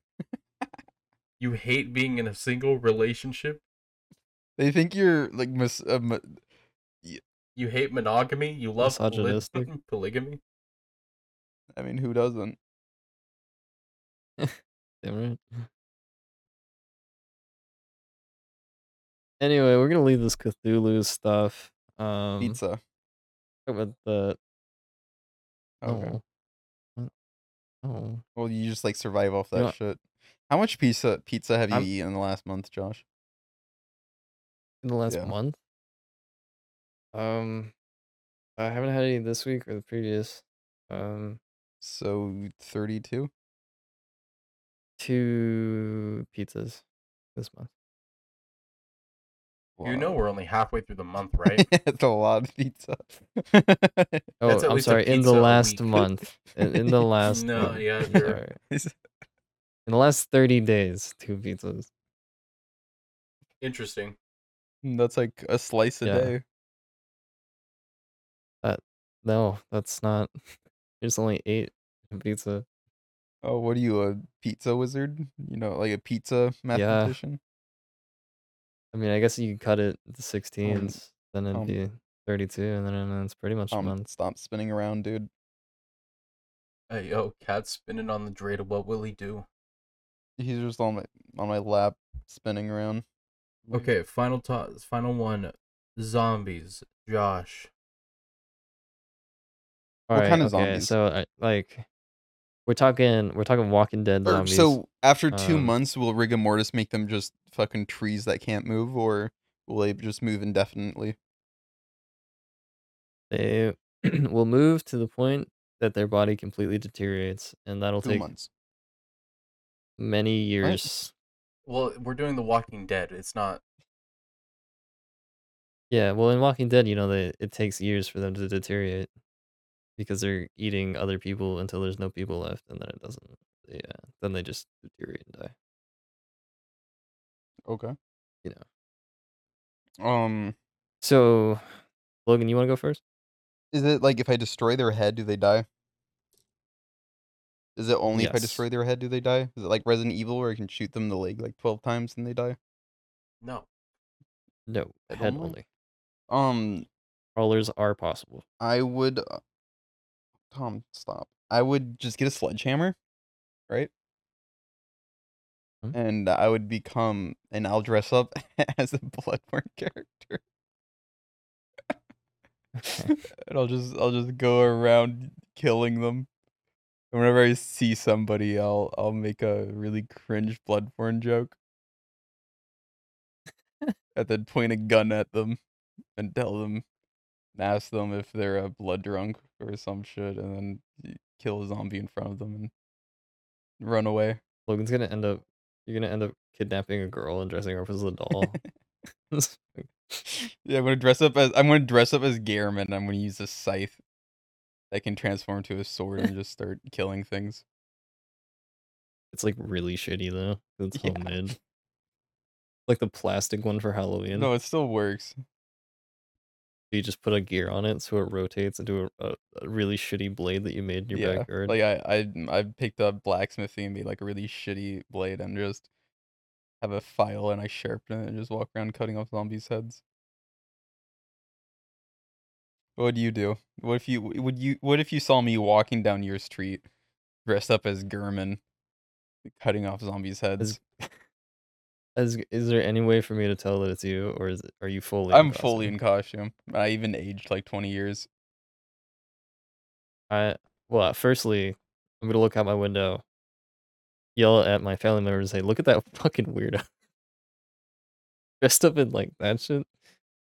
Speaker 3: you hate being in a single relationship.
Speaker 2: They think you're like mis- uh, mi-
Speaker 3: You hate monogamy. You love poly-
Speaker 1: Misogynistic.
Speaker 3: polygamy.
Speaker 2: I mean, who doesn't?
Speaker 1: Mm-hmm. Damn right. Anyway, we're gonna leave this Cthulhu stuff. Um
Speaker 2: Pizza.
Speaker 1: about the
Speaker 2: Okay.
Speaker 1: Oh. What? Oh.
Speaker 2: Well, you just like survive off that
Speaker 1: You know-
Speaker 2: shit. How much pizza pizza have you
Speaker 1: I'm-
Speaker 2: eaten in the last month, Josh?
Speaker 1: In the last
Speaker 2: Yeah.
Speaker 1: month? Um I haven't had any this week or the previous. Um,
Speaker 2: So 32?
Speaker 1: two pizzas this month.
Speaker 3: You know
Speaker 2: Wow.
Speaker 3: we're only halfway through the month, right?
Speaker 2: That's a lot of pizza.
Speaker 1: Oh,
Speaker 3: That's at
Speaker 1: I'm
Speaker 3: least a
Speaker 1: sorry. In the
Speaker 3: pizza a
Speaker 1: last
Speaker 3: week.
Speaker 1: month, in, in the last
Speaker 3: No,
Speaker 1: month,
Speaker 3: yeah,
Speaker 1: I'm
Speaker 3: you're-
Speaker 1: sorry. in the last thirty days, two pizzas.
Speaker 3: Interesting.
Speaker 2: That's like a slice a
Speaker 1: Yeah.
Speaker 2: day.
Speaker 1: No, that's not. There's only eight in pizza.
Speaker 2: Oh, what are you, a pizza wizard? You know, like a pizza mathematician?
Speaker 1: I mean, I guess you could cut it to 16s, then it'd
Speaker 2: um,
Speaker 1: be 32, and then and then it's pretty much a
Speaker 2: Um,
Speaker 1: month.
Speaker 2: stop spinning around, dude.
Speaker 3: Hey, yo, cat's spinning on the dreidel. What will he do?
Speaker 2: He's just on my on my lap spinning around.
Speaker 3: Okay, final to- final one. Zombies. Josh.
Speaker 1: All
Speaker 2: what
Speaker 1: right,
Speaker 2: kind of
Speaker 1: okay,
Speaker 2: zombies?
Speaker 1: So I, like, we're talking we're talking Walking Dead
Speaker 2: Or,
Speaker 1: zombies.
Speaker 2: Er, so after two
Speaker 1: Um,
Speaker 2: months, will rigor mortis make them just fucking trees that can't move, or will they just move indefinitely?
Speaker 1: they will move to the point that their body completely deteriorates, and that'll
Speaker 2: Two
Speaker 1: take
Speaker 2: months.
Speaker 1: many years.
Speaker 3: Well, we're doing The Walking Dead. It's not.
Speaker 1: Yeah, well, in Walking Dead, you know, they, it takes years for them to deteriorate because they're eating other people until there's no people left, and then it doesn't. Yeah, then they just deteriorate and die.
Speaker 2: Okay.
Speaker 1: You
Speaker 2: Um,
Speaker 1: So, Logan, you want to go first?
Speaker 2: is it like if I destroy their head, do they die? Is it only if I
Speaker 1: Yes.
Speaker 2: destroy their head do they die? Is it like Resident Evil where I can shoot them in the leg like twelve times and they die?
Speaker 3: No.
Speaker 1: No,
Speaker 2: I don't
Speaker 1: head
Speaker 2: know.
Speaker 1: only.
Speaker 2: Um,
Speaker 1: Crawlers are possible.
Speaker 2: I would. uh, Tom, stop. I would just get a sledgehammer, right?
Speaker 1: Hmm?
Speaker 2: And I would become, and I'll dress up as a Bloodborne character,
Speaker 1: Okay.
Speaker 2: and I'll just, I'll just go around killing them. And whenever I see somebody, I'll, I'll make a really cringe Bloodborne joke, and then point a gun at them, and tell them, and ask them if they're a blood drunk or some shit, and then y- kill a zombie in front of them and run away.
Speaker 1: Logan's gonna end up. You're gonna end up kidnapping a girl and dressing her up as a doll.
Speaker 2: yeah, I'm gonna dress up as I'm gonna dress up as Garam and I'm gonna use a scythe that can transform to a sword and just start killing things.
Speaker 1: it's like really shitty though. 'cause It's
Speaker 2: Yeah.
Speaker 1: homemade. Like the plastic one for Halloween.
Speaker 2: No, it still works.
Speaker 1: You just put a gear on it so it rotates into a, a, a really shitty blade that you made in your
Speaker 2: yeah,
Speaker 1: backyard.
Speaker 2: like I I I picked up blacksmithing and made like a really shitty blade and just have a file and I sharpen it and just walk around cutting off zombies' heads. What would you do? What if you would you what if you saw me walking down your street dressed up as German cutting off zombies' heads?
Speaker 1: Is, is there any way for me to tell that it's you, or is it, are you fully?
Speaker 2: I'm fully in
Speaker 1: costume?
Speaker 2: costume. I even aged like 20 years.
Speaker 1: I well, firstly, I'm gonna look out my window, yell at my family members, and say, "Look at that fucking weirdo dressed up in like that shit,"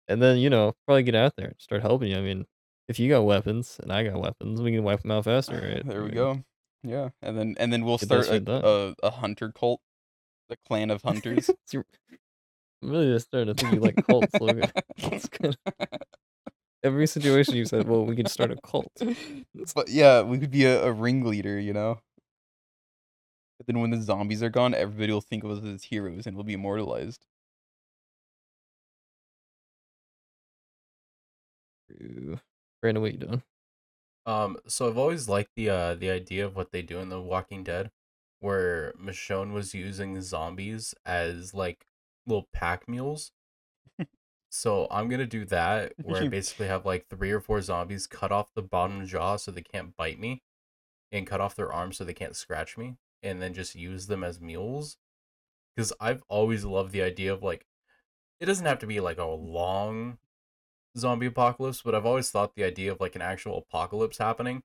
Speaker 1: and then you know probably get out there and start helping you. I mean, if you got weapons and I got weapons, we can wipe them out faster. Right?
Speaker 2: There
Speaker 1: I
Speaker 2: we
Speaker 1: mean,
Speaker 2: go. Yeah, and then and then we'll
Speaker 1: Get that
Speaker 2: start
Speaker 1: shit
Speaker 2: a,
Speaker 1: done.
Speaker 2: a, a hunter cult, the clan of hunters.
Speaker 1: it's your- I'm really just starting to think you like cults. Logan. It's kinda- Every situation you said, well, we could start a cult.
Speaker 2: but yeah, we could be a, a ringleader, you know. But then when the zombies are gone, everybody will think of us as heroes and we'll be immortalized.
Speaker 1: Ooh. Brandon, what you doing?
Speaker 3: Um, so I've always liked the uh the idea of what they do in The Walking Dead, where Michonne was using zombies as like little pack mules. so I'm gonna do that where I
Speaker 2: You-
Speaker 3: basically have like three or four zombies cut off the bottom jaw so they can't bite me, and cut off their arms so they can't scratch me, and then just use them as mules. Because I've always loved the idea of like, it doesn't have to be like a long zombie apocalypse, but I've always thought the idea of like an actual apocalypse happening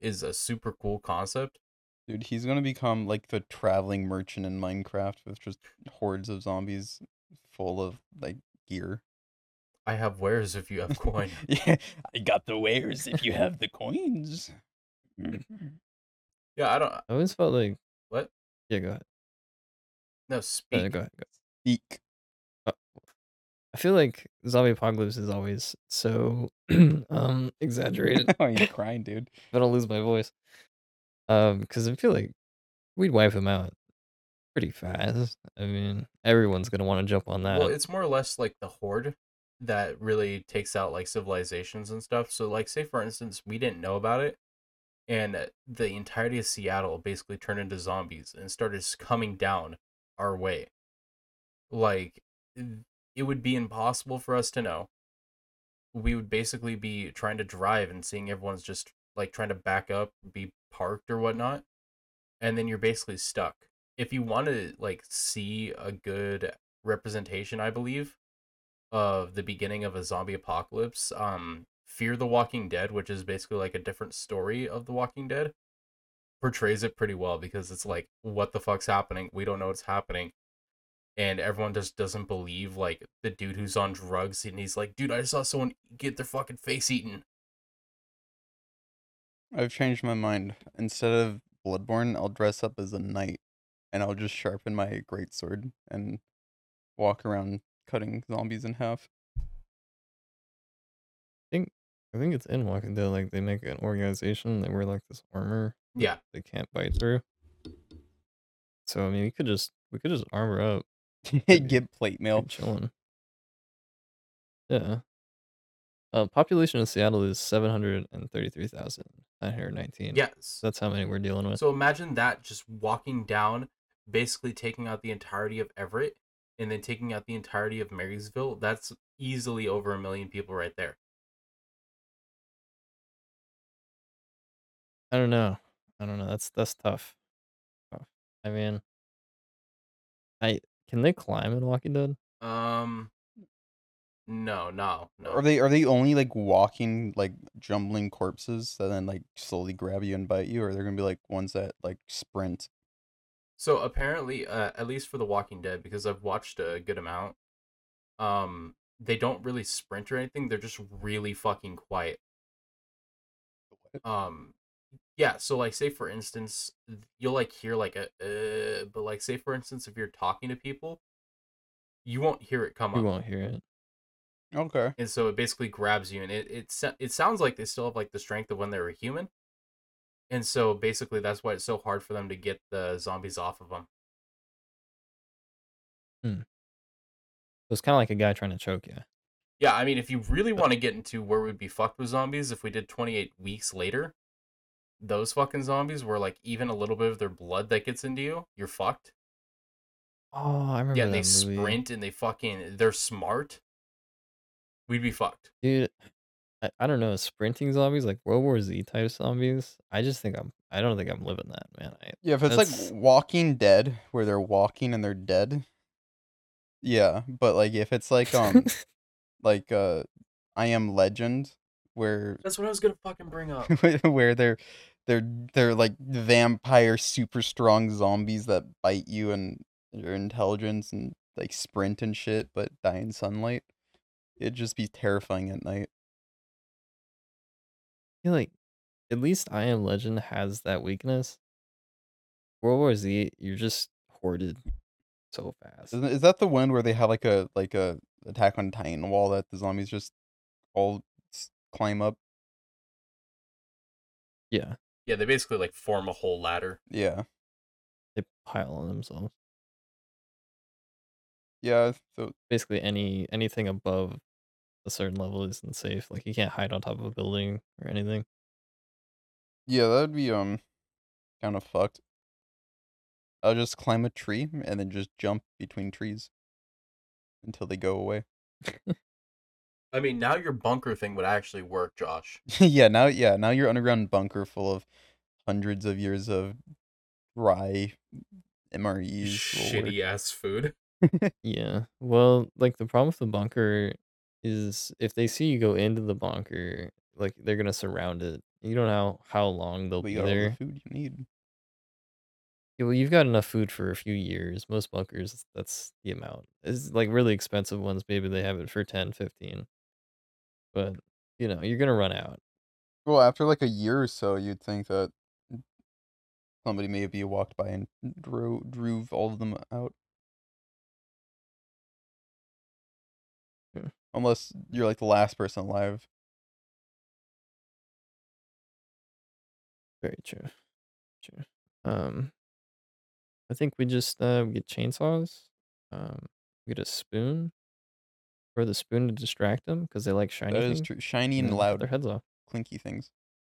Speaker 3: is a super cool concept.
Speaker 2: Dude, he's gonna become like the traveling merchant in Minecraft with just hordes of zombies full of like gear.
Speaker 3: I have wares if you have coin.
Speaker 2: yeah, I got the wares if you have the coins.
Speaker 3: Yeah, I don't.
Speaker 1: I always felt like
Speaker 3: What?
Speaker 1: yeah, go ahead.
Speaker 3: No,
Speaker 1: No,
Speaker 3: speak.
Speaker 1: no, go ahead. Go.
Speaker 2: Eek.
Speaker 1: I feel like zombie apocalypse is always so um exaggerated.
Speaker 2: oh, you're crying, dude.
Speaker 1: but I'll lose my voice. Um, because I feel like we'd wipe him out pretty fast. I mean, everyone's gonna want to jump on that.
Speaker 3: Well, it's more or less like the horde that really takes out like civilizations and stuff. So, like, say for instance, we didn't know about it, and uh, the entirety of Seattle basically turned into zombies and started s- coming down our way. Like, th- it would be impossible for us to know. We would basically be trying to drive and seeing everyone's just like trying to back up, be parked or whatnot, and then you're basically stuck. If you want to like see a good representation, I believe, of the beginning of a zombie apocalypse. Um, Fear the Walking Dead, which is basically like a different story of The Walking Dead, portrays it pretty well because it's like, what the fuck's happening? We don't know what's happening. And everyone just doesn't believe like the dude who's on drugs and he's like, dude, I saw someone get their fucking face eaten.
Speaker 2: I've changed my mind. Instead of Bloodborne, I'll dress up as a knight and I'll just sharpen my greatsword and walk around cutting zombies in half.
Speaker 1: I think it's in Walking Dead. Like they make an organization. They wear like this armor.
Speaker 3: Yeah.
Speaker 1: They can't bite through. So I mean, we could just we could just armor up.
Speaker 2: Get plate
Speaker 1: We're
Speaker 2: mail.
Speaker 1: chilling. Yeah. Uh, population of Seattle is seven hundred and thirty-three thousand nine hundred nineteen.
Speaker 3: Yes.
Speaker 1: that's how many we're dealing with.
Speaker 3: So imagine that just walking down, basically taking out the entirety of Everett and then taking out the entirety of Marysville. That's easily over a million people right there.
Speaker 1: I don't know. I don't know. That's that's tough. Tough. I mean, I can they climb in Walking Dead?
Speaker 3: Um, no, no, no.
Speaker 2: Are they are they only like walking like jumbling corpses that then like slowly grab you and bite you, or are there gonna be like ones that like sprint?
Speaker 3: So apparently, uh, at least for The Walking Dead, because I've watched a good amount, um, they don't really sprint or anything. They're just really fucking quiet. Um, yeah. So like, say for instance, th- you'll like hear like a, uh, but like, say for instance, if you're talking to people, you won't hear it come
Speaker 1: We
Speaker 3: up,
Speaker 1: won't hear it.
Speaker 2: Okay.
Speaker 3: and so it basically grabs you, and it it sa- it sounds like they still have like the strength of when they were human, and so basically that's why it's so hard for them to get the zombies off of them.
Speaker 1: It was kind of like a guy trying to choke you.
Speaker 3: Yeah, I mean, if you really want to get into where we'd be fucked with zombies, if we did 28 weeks later, those fucking zombies were like even a little bit of their blood that gets into you, you're fucked.
Speaker 1: Oh, I remember
Speaker 3: Yeah,
Speaker 1: that
Speaker 3: they
Speaker 1: movie.
Speaker 3: sprint and they fucking, they're smart. We'd be fucked.
Speaker 1: dude. I, I don't know, sprinting zombies like World War Z type zombies. I just think I'm. I don't think I'm living that, man. I,
Speaker 2: Yeah, if it's
Speaker 1: That's-
Speaker 2: like Walking Dead, where they're walking and they're dead. Yeah, but like if it's like um like uh I Am Legend, where
Speaker 3: That's what I was gonna fucking bring up.
Speaker 2: where they're they're they're like vampire super strong zombies that bite you and your intelligence and like sprint and shit but die in sunlight it'd just be terrifying at night
Speaker 1: feel like at least I Am Legend has that weakness. World War Z, you're just hoarded so fast.
Speaker 2: Isn't- is that the one where they have like a like a attack on titan wall that the zombies just all s- climb up
Speaker 1: Yeah,
Speaker 3: Yeah, they basically like form a whole ladder.
Speaker 2: yeah
Speaker 1: they pile on themselves.
Speaker 2: yeah so
Speaker 1: Basically, any anything above a certain level isn't safe. Like you can't hide on top of a building or anything.
Speaker 2: yeah that'd be um kind of fucked i'll just climb a tree and then just jump between trees until they go away
Speaker 3: I mean, now your bunker thing would actually work, Josh.
Speaker 2: yeah, now yeah, now your underground bunker full of hundreds of years of rye MREs. will work.
Speaker 3: Shitty ass food.
Speaker 1: Yeah. Well, like the problem with the bunker is if they see you go into the bunker, like they're gonna surround it. You don't know how, how long they'll
Speaker 2: But
Speaker 1: be
Speaker 2: you got all
Speaker 1: there.
Speaker 2: the food you need.
Speaker 1: Yeah, well, you've got enough food for a few years. Most bunkers, that's the amount. It's like really expensive ones. Maybe they have it for 10, 15. But, you know, you're going to run out.
Speaker 2: Well, after like a year or so, you'd think that somebody maybe walked by and drew drove all of them out.
Speaker 1: Yeah.
Speaker 2: Unless you're like the last person alive.
Speaker 1: Very true. True. Um, I think we just uh, we get chainsaws. Um, we get a spoon for the spoon to distract them because they like shiny.
Speaker 2: That is
Speaker 1: things,
Speaker 2: true. Shiny
Speaker 1: and
Speaker 2: and
Speaker 1: then cut Their
Speaker 2: loud,
Speaker 1: heads off.
Speaker 2: clinky things.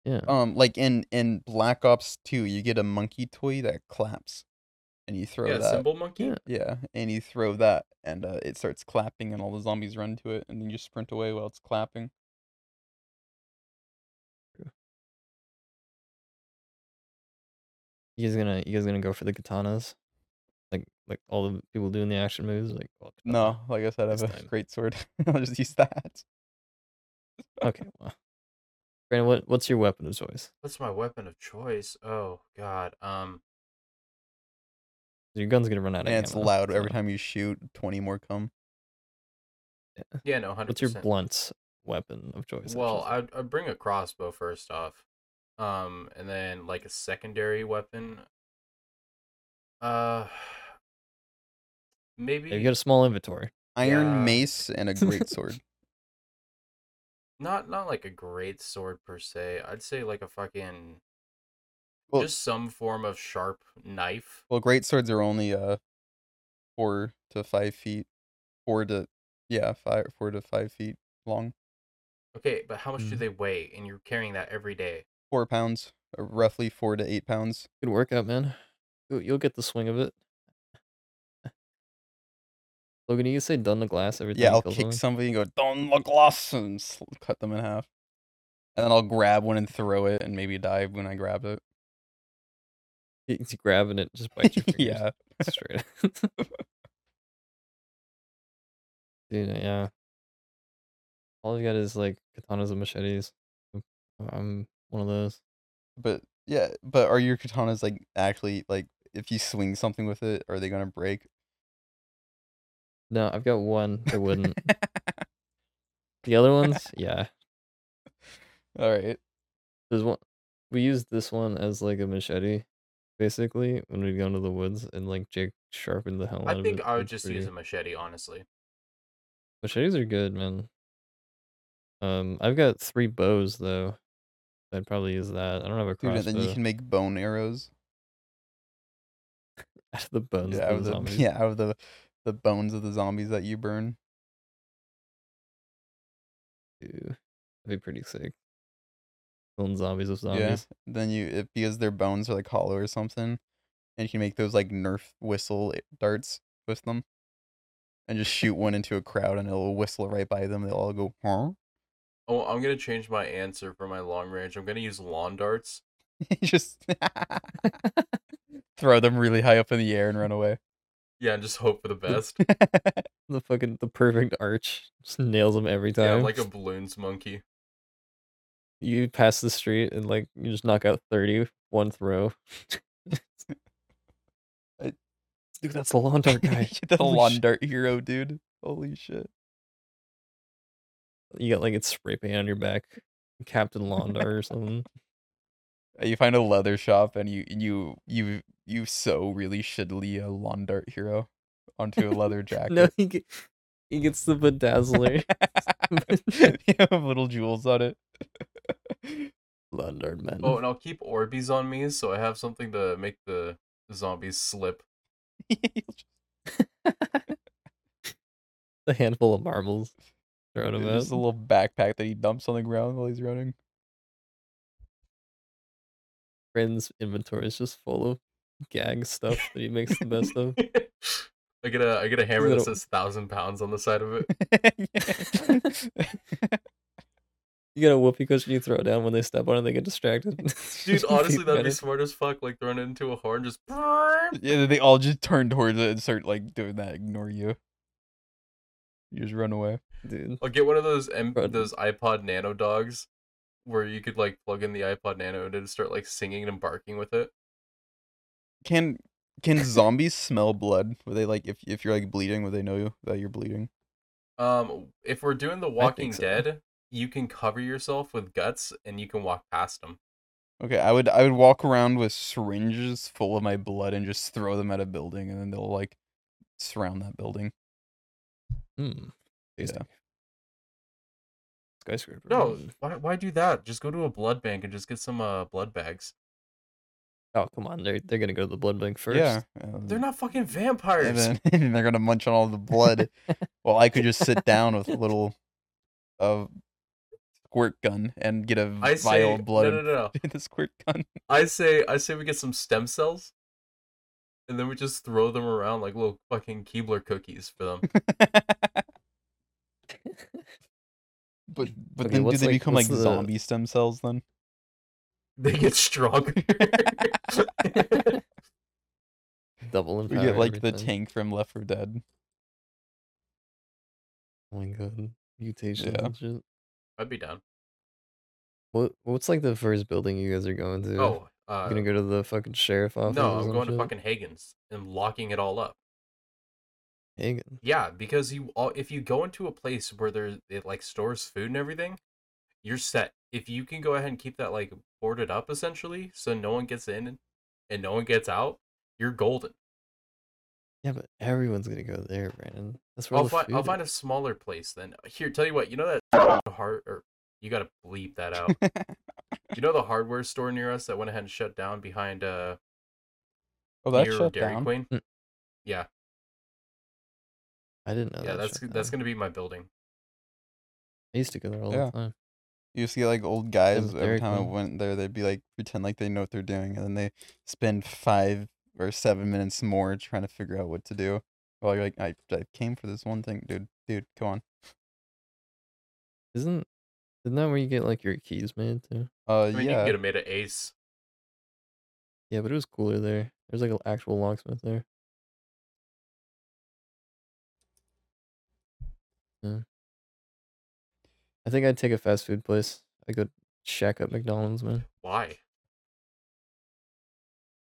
Speaker 1: Yeah.
Speaker 2: Um, like in in Black Ops Two, you get a monkey toy that claps, and you throw
Speaker 3: yeah,
Speaker 2: that.
Speaker 3: symbol monkey.
Speaker 1: Yeah.
Speaker 2: Yeah, and you throw that, and uh, it starts clapping, and all the zombies run to it, and then you sprint away while it's clapping.
Speaker 1: You guys gonna you guys gonna go for the katanas, like like all the people doing the action moves. Like oh, katana.
Speaker 2: No, like I said, I have
Speaker 1: this
Speaker 2: a
Speaker 1: time.
Speaker 2: great sword. I'll just use that.
Speaker 1: Okay. Well. Brandon, what what's your weapon of choice?
Speaker 3: What's my weapon of choice? Oh God. Um.
Speaker 1: Your gun's gonna run out of
Speaker 2: And it's
Speaker 1: ammo,
Speaker 2: loud every
Speaker 1: so-
Speaker 2: time you shoot. Twenty more come.
Speaker 3: Yeah. No. Hundred.
Speaker 1: What's your blunt weapon of choice? I
Speaker 3: Well,
Speaker 1: should say?
Speaker 3: I'd, I'd bring a crossbow first off, um, and then like a secondary weapon. Uh, maybe
Speaker 1: you got a small inventory.
Speaker 2: Iron
Speaker 3: Yeah.
Speaker 2: mace and a great sword.
Speaker 3: not not like a great sword per se. I'd say like a fucking
Speaker 2: Well-
Speaker 3: just some form of sharp knife.
Speaker 2: well, great swords are only uh four to five feet, four to yeah five four to five feet long,
Speaker 3: Okay, but how much do
Speaker 1: Mhm.
Speaker 3: they weigh? And you're carrying that every day.
Speaker 2: four pounds, uh, roughly four to eight pounds.
Speaker 1: Good workout, man. You'll, you'll get the swing of it. Logan, you say done the glass every time
Speaker 2: Yeah,
Speaker 1: you
Speaker 2: I'll
Speaker 1: kill
Speaker 2: kick
Speaker 1: someone?
Speaker 2: somebody and go "Don't look lost" and sl- cut them in half, and then I'll grab one and throw it and maybe die when I grab it.
Speaker 1: You- you grab and it just bites your fingers
Speaker 2: yeah,
Speaker 1: straight. Dude, uh, yeah. All I've got is like katanas and machetes. I'm- I'm one of those.
Speaker 2: but yeah, but are your katanas like actually like if you swing something with it, are they gonna break?
Speaker 1: No, I've got one that wouldn't. the other ones, yeah.
Speaker 2: All right.
Speaker 1: There's one. We used this one as like a machete, basically, when we'd go into the woods and like Jake sharpened the hell out
Speaker 3: I
Speaker 1: of it.
Speaker 3: think I would
Speaker 1: It's
Speaker 3: just
Speaker 1: pretty-
Speaker 3: use a machete, honestly.
Speaker 1: Machetes are good, man. Um, I've got three bows though. I'd probably use that. I don't have a
Speaker 2: Dude,
Speaker 1: crossbow.
Speaker 2: and then you can make bone arrows
Speaker 1: out of the bones
Speaker 2: yeah, out
Speaker 1: of
Speaker 2: of
Speaker 1: the
Speaker 2: the
Speaker 1: zombies.
Speaker 2: yeah out of the the bones of the zombies that you burn.
Speaker 1: Dude, that'd be pretty sick. Killing zombies with zombies.
Speaker 2: Yeah, then you it, because their bones are like hollow or something, and you can make those like Nerf whistle i- darts with them, and just shoot one into a crowd and it'll whistle right by them. They'll all go huh.
Speaker 3: Oh, I'm gonna change my answer for my long range. I'm gonna use lawn darts.
Speaker 2: just throw them really high up in the air and run away.
Speaker 3: Yeah, and just hope for the best.
Speaker 1: The fucking the perfect arch just nails them every
Speaker 3: yeah,
Speaker 1: time.
Speaker 3: like a balloons monkey.
Speaker 1: you pass the street and like you just knock out 30 one throw.
Speaker 2: I-
Speaker 1: Dude, that's the lawn dart guy.
Speaker 2: the
Speaker 1: Holy
Speaker 2: lawn
Speaker 1: shit.
Speaker 2: dart hero, dude. Holy shit.
Speaker 1: You got like it's spray paint on your back, Captain Lawn Dart or something.
Speaker 2: Uh, You find a leather shop and you you you you sew really shittily a lawn dart hero onto a leather jacket.
Speaker 1: No, he, ge- he gets the bedazzler.
Speaker 2: you have little jewels on it.
Speaker 1: lawn Dart man.
Speaker 3: Oh, and I'll keep Orbeez on me so I have something to make the zombies slip.
Speaker 1: a handful of marbles. Throwing them out.
Speaker 2: Just a little backpack that he dumps on the ground while he's running.
Speaker 1: Friend's inventory is just full of gag stuff that he makes the best of.
Speaker 3: I get a I get a hammer that
Speaker 1: Little-
Speaker 3: says thousand pounds on the side of it.
Speaker 1: You get a whoopee cushion you throw it down when they step on it, they get distracted.
Speaker 3: Dude, honestly, that'd be
Speaker 1: better.
Speaker 3: smart as fuck. Like throwing it into a horn, just. Brrrr.
Speaker 2: yeah, they all just turn towards it and start like doing that, ignore you. You just run away.
Speaker 1: Dude,
Speaker 3: I'll get one of those M-
Speaker 1: Bro.
Speaker 3: those iPod Nano dogs, where you could like plug in the iPod Nano and it'd start like singing and barking with it.
Speaker 2: Can can zombies smell blood? Would they like if if you're like bleeding, would they know you that you're bleeding?
Speaker 3: Um, if we're doing the Walking
Speaker 1: so.
Speaker 3: Dead, you can cover yourself with guts and you can walk past them.
Speaker 2: Okay, I would I would walk around with syringes full of my blood and just throw them at a building, and then they'll like surround that building.
Speaker 1: Hmm.
Speaker 2: Yeah.
Speaker 1: Skyscraper.
Speaker 3: No,
Speaker 1: hmm.
Speaker 3: why, why do that? Just go to a blood bank and just get some uh, blood bags.
Speaker 1: Oh come on, they're they're gonna go to the blood bank first.
Speaker 2: Yeah. um,
Speaker 3: They're not fucking
Speaker 2: And
Speaker 3: vampires.
Speaker 2: then and they're gonna munch on all the blood. well, I could just sit down with a little, uh, squirt gun and get a
Speaker 3: I say
Speaker 2: vial of blood
Speaker 3: no, no, no, no.
Speaker 2: and the squirt gun.
Speaker 3: I say I say we get some stem cells, and then we just throw them around like little fucking Keebler cookies for them.
Speaker 2: But but
Speaker 1: Okay,
Speaker 2: then do
Speaker 1: what's
Speaker 2: they
Speaker 1: like-
Speaker 2: become like
Speaker 1: what's the-
Speaker 2: zombie stem cells then?
Speaker 3: They get stronger.
Speaker 1: Double
Speaker 2: We
Speaker 1: empower.
Speaker 2: get like the
Speaker 1: everything.
Speaker 2: tank from Left 4 Dead.
Speaker 1: Oh my god. Mutations
Speaker 2: Yeah.
Speaker 1: and shit.
Speaker 3: I'd be down.
Speaker 1: What what's like the first building you guys are going to?
Speaker 3: Oh, uh,
Speaker 1: you gonna go to the fucking sheriff office?
Speaker 3: no,
Speaker 1: or
Speaker 3: I'm
Speaker 1: some
Speaker 3: going to
Speaker 1: shit?
Speaker 3: fucking Hagen's and locking it all up.
Speaker 1: Hagen.
Speaker 3: Yeah, because you all if you go into a place where there it like stores food and everything, you're set. If you can go ahead and keep that like boarded up essentially, so no one gets in and no one gets out, you're golden.
Speaker 1: Yeah, but everyone's gonna go there, Brandon. That's where
Speaker 3: I'll
Speaker 1: the
Speaker 3: find I'll
Speaker 1: food
Speaker 3: find
Speaker 1: is.
Speaker 3: a smaller place then. Here, tell you what, you know that hard or you gotta bleep that out. you know the hardware store near us that went ahead and shut down behind uh
Speaker 2: oh, that
Speaker 3: near
Speaker 2: shut
Speaker 3: Dairy
Speaker 2: down.
Speaker 3: Queen?
Speaker 1: Mm.
Speaker 3: Yeah,
Speaker 1: I didn't know.
Speaker 3: yeah,
Speaker 1: that
Speaker 3: that's
Speaker 1: shit,
Speaker 3: that's
Speaker 1: man.
Speaker 3: gonna be my building.
Speaker 1: I used to go there all
Speaker 2: Yeah.
Speaker 1: the time.
Speaker 2: You see, like old guys
Speaker 1: with
Speaker 2: every
Speaker 1: Dairy
Speaker 2: time I
Speaker 1: Queen.
Speaker 2: went there, they'd be like pretend like they know what they're doing, and then they spend five or seven minutes more trying to figure out what to do. Well, you're like, I, I came for this one thing, dude. Dude, come on.
Speaker 1: Isn't isn't that where you get like your keys made too?
Speaker 2: Uh,
Speaker 3: I mean you
Speaker 2: yeah.
Speaker 3: can get 'em made at Ace.
Speaker 1: Yeah, but it was cooler there. There's like an actual locksmith there. Yeah. I think I'd take a fast food place. I could shack up McDonald's, man.
Speaker 3: Why?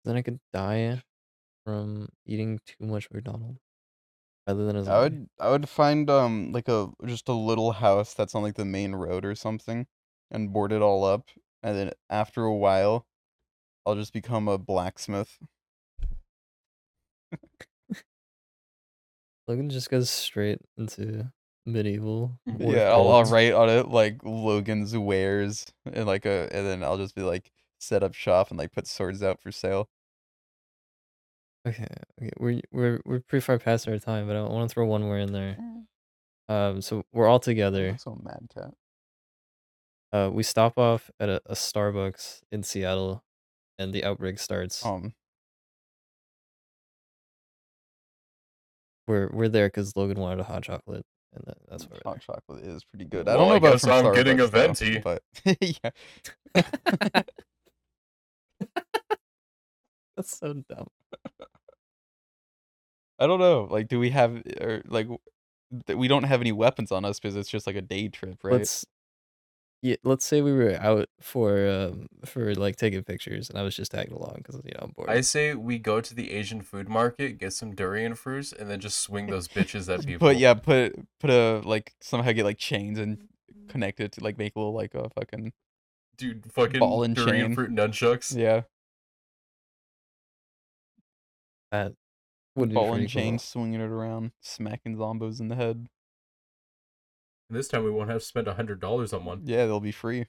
Speaker 1: Then I could die from eating too much McDonald's. Rather than as
Speaker 2: I would I would find um like a just a little house that's on like the main road or something and board it all up and then after a while I'll just become a blacksmith.
Speaker 1: Logan just goes straight into medieval. war
Speaker 2: yeah, I'll, I'll
Speaker 1: poets.
Speaker 2: write on it like Logan's wares and like a and then I'll just be like set up shop and like put swords out for sale.
Speaker 1: Okay, okay, we're we're we're pretty far past our time, but I want to throw one more in there.
Speaker 2: Mm.
Speaker 1: Um, so we're all together.
Speaker 2: So mad cat.
Speaker 1: Uh, we stop off at a, a Starbucks in Seattle, and the outbreak starts.
Speaker 2: Um
Speaker 1: We're we're there because Logan wanted a hot chocolate, and that, that's what.
Speaker 2: hot
Speaker 1: We're
Speaker 2: chocolate is pretty good. I
Speaker 3: Well,
Speaker 2: don't know
Speaker 3: I
Speaker 2: about
Speaker 3: guess
Speaker 2: from
Speaker 3: I'm getting a
Speaker 2: Starbucks, though, But yeah.
Speaker 1: there. that's so dumb.
Speaker 2: I don't know. Like, do we have or like w- th- we don't have any weapons on us because it's just like a day trip, right?
Speaker 1: Let's yeah. Let's say we were out for um for like taking pictures, and I was just tagging along because you know I'm bored.
Speaker 3: I say we go to the Asian food market, get some durian fruits, and then just swing those bitches at people.
Speaker 2: But yeah, put put a like somehow get like chains and connect it to like make a little like a fucking
Speaker 3: dude, fucking
Speaker 2: Ball and
Speaker 3: durian
Speaker 2: chain.
Speaker 3: fruit nunchucks.
Speaker 2: yeah
Speaker 1: Would be
Speaker 2: ball and
Speaker 1: pretty cool.
Speaker 2: chain swinging it around, smacking zombos in the head.
Speaker 3: And this time we won't have to spend a hundred dollars on one.
Speaker 2: Yeah, they'll be free.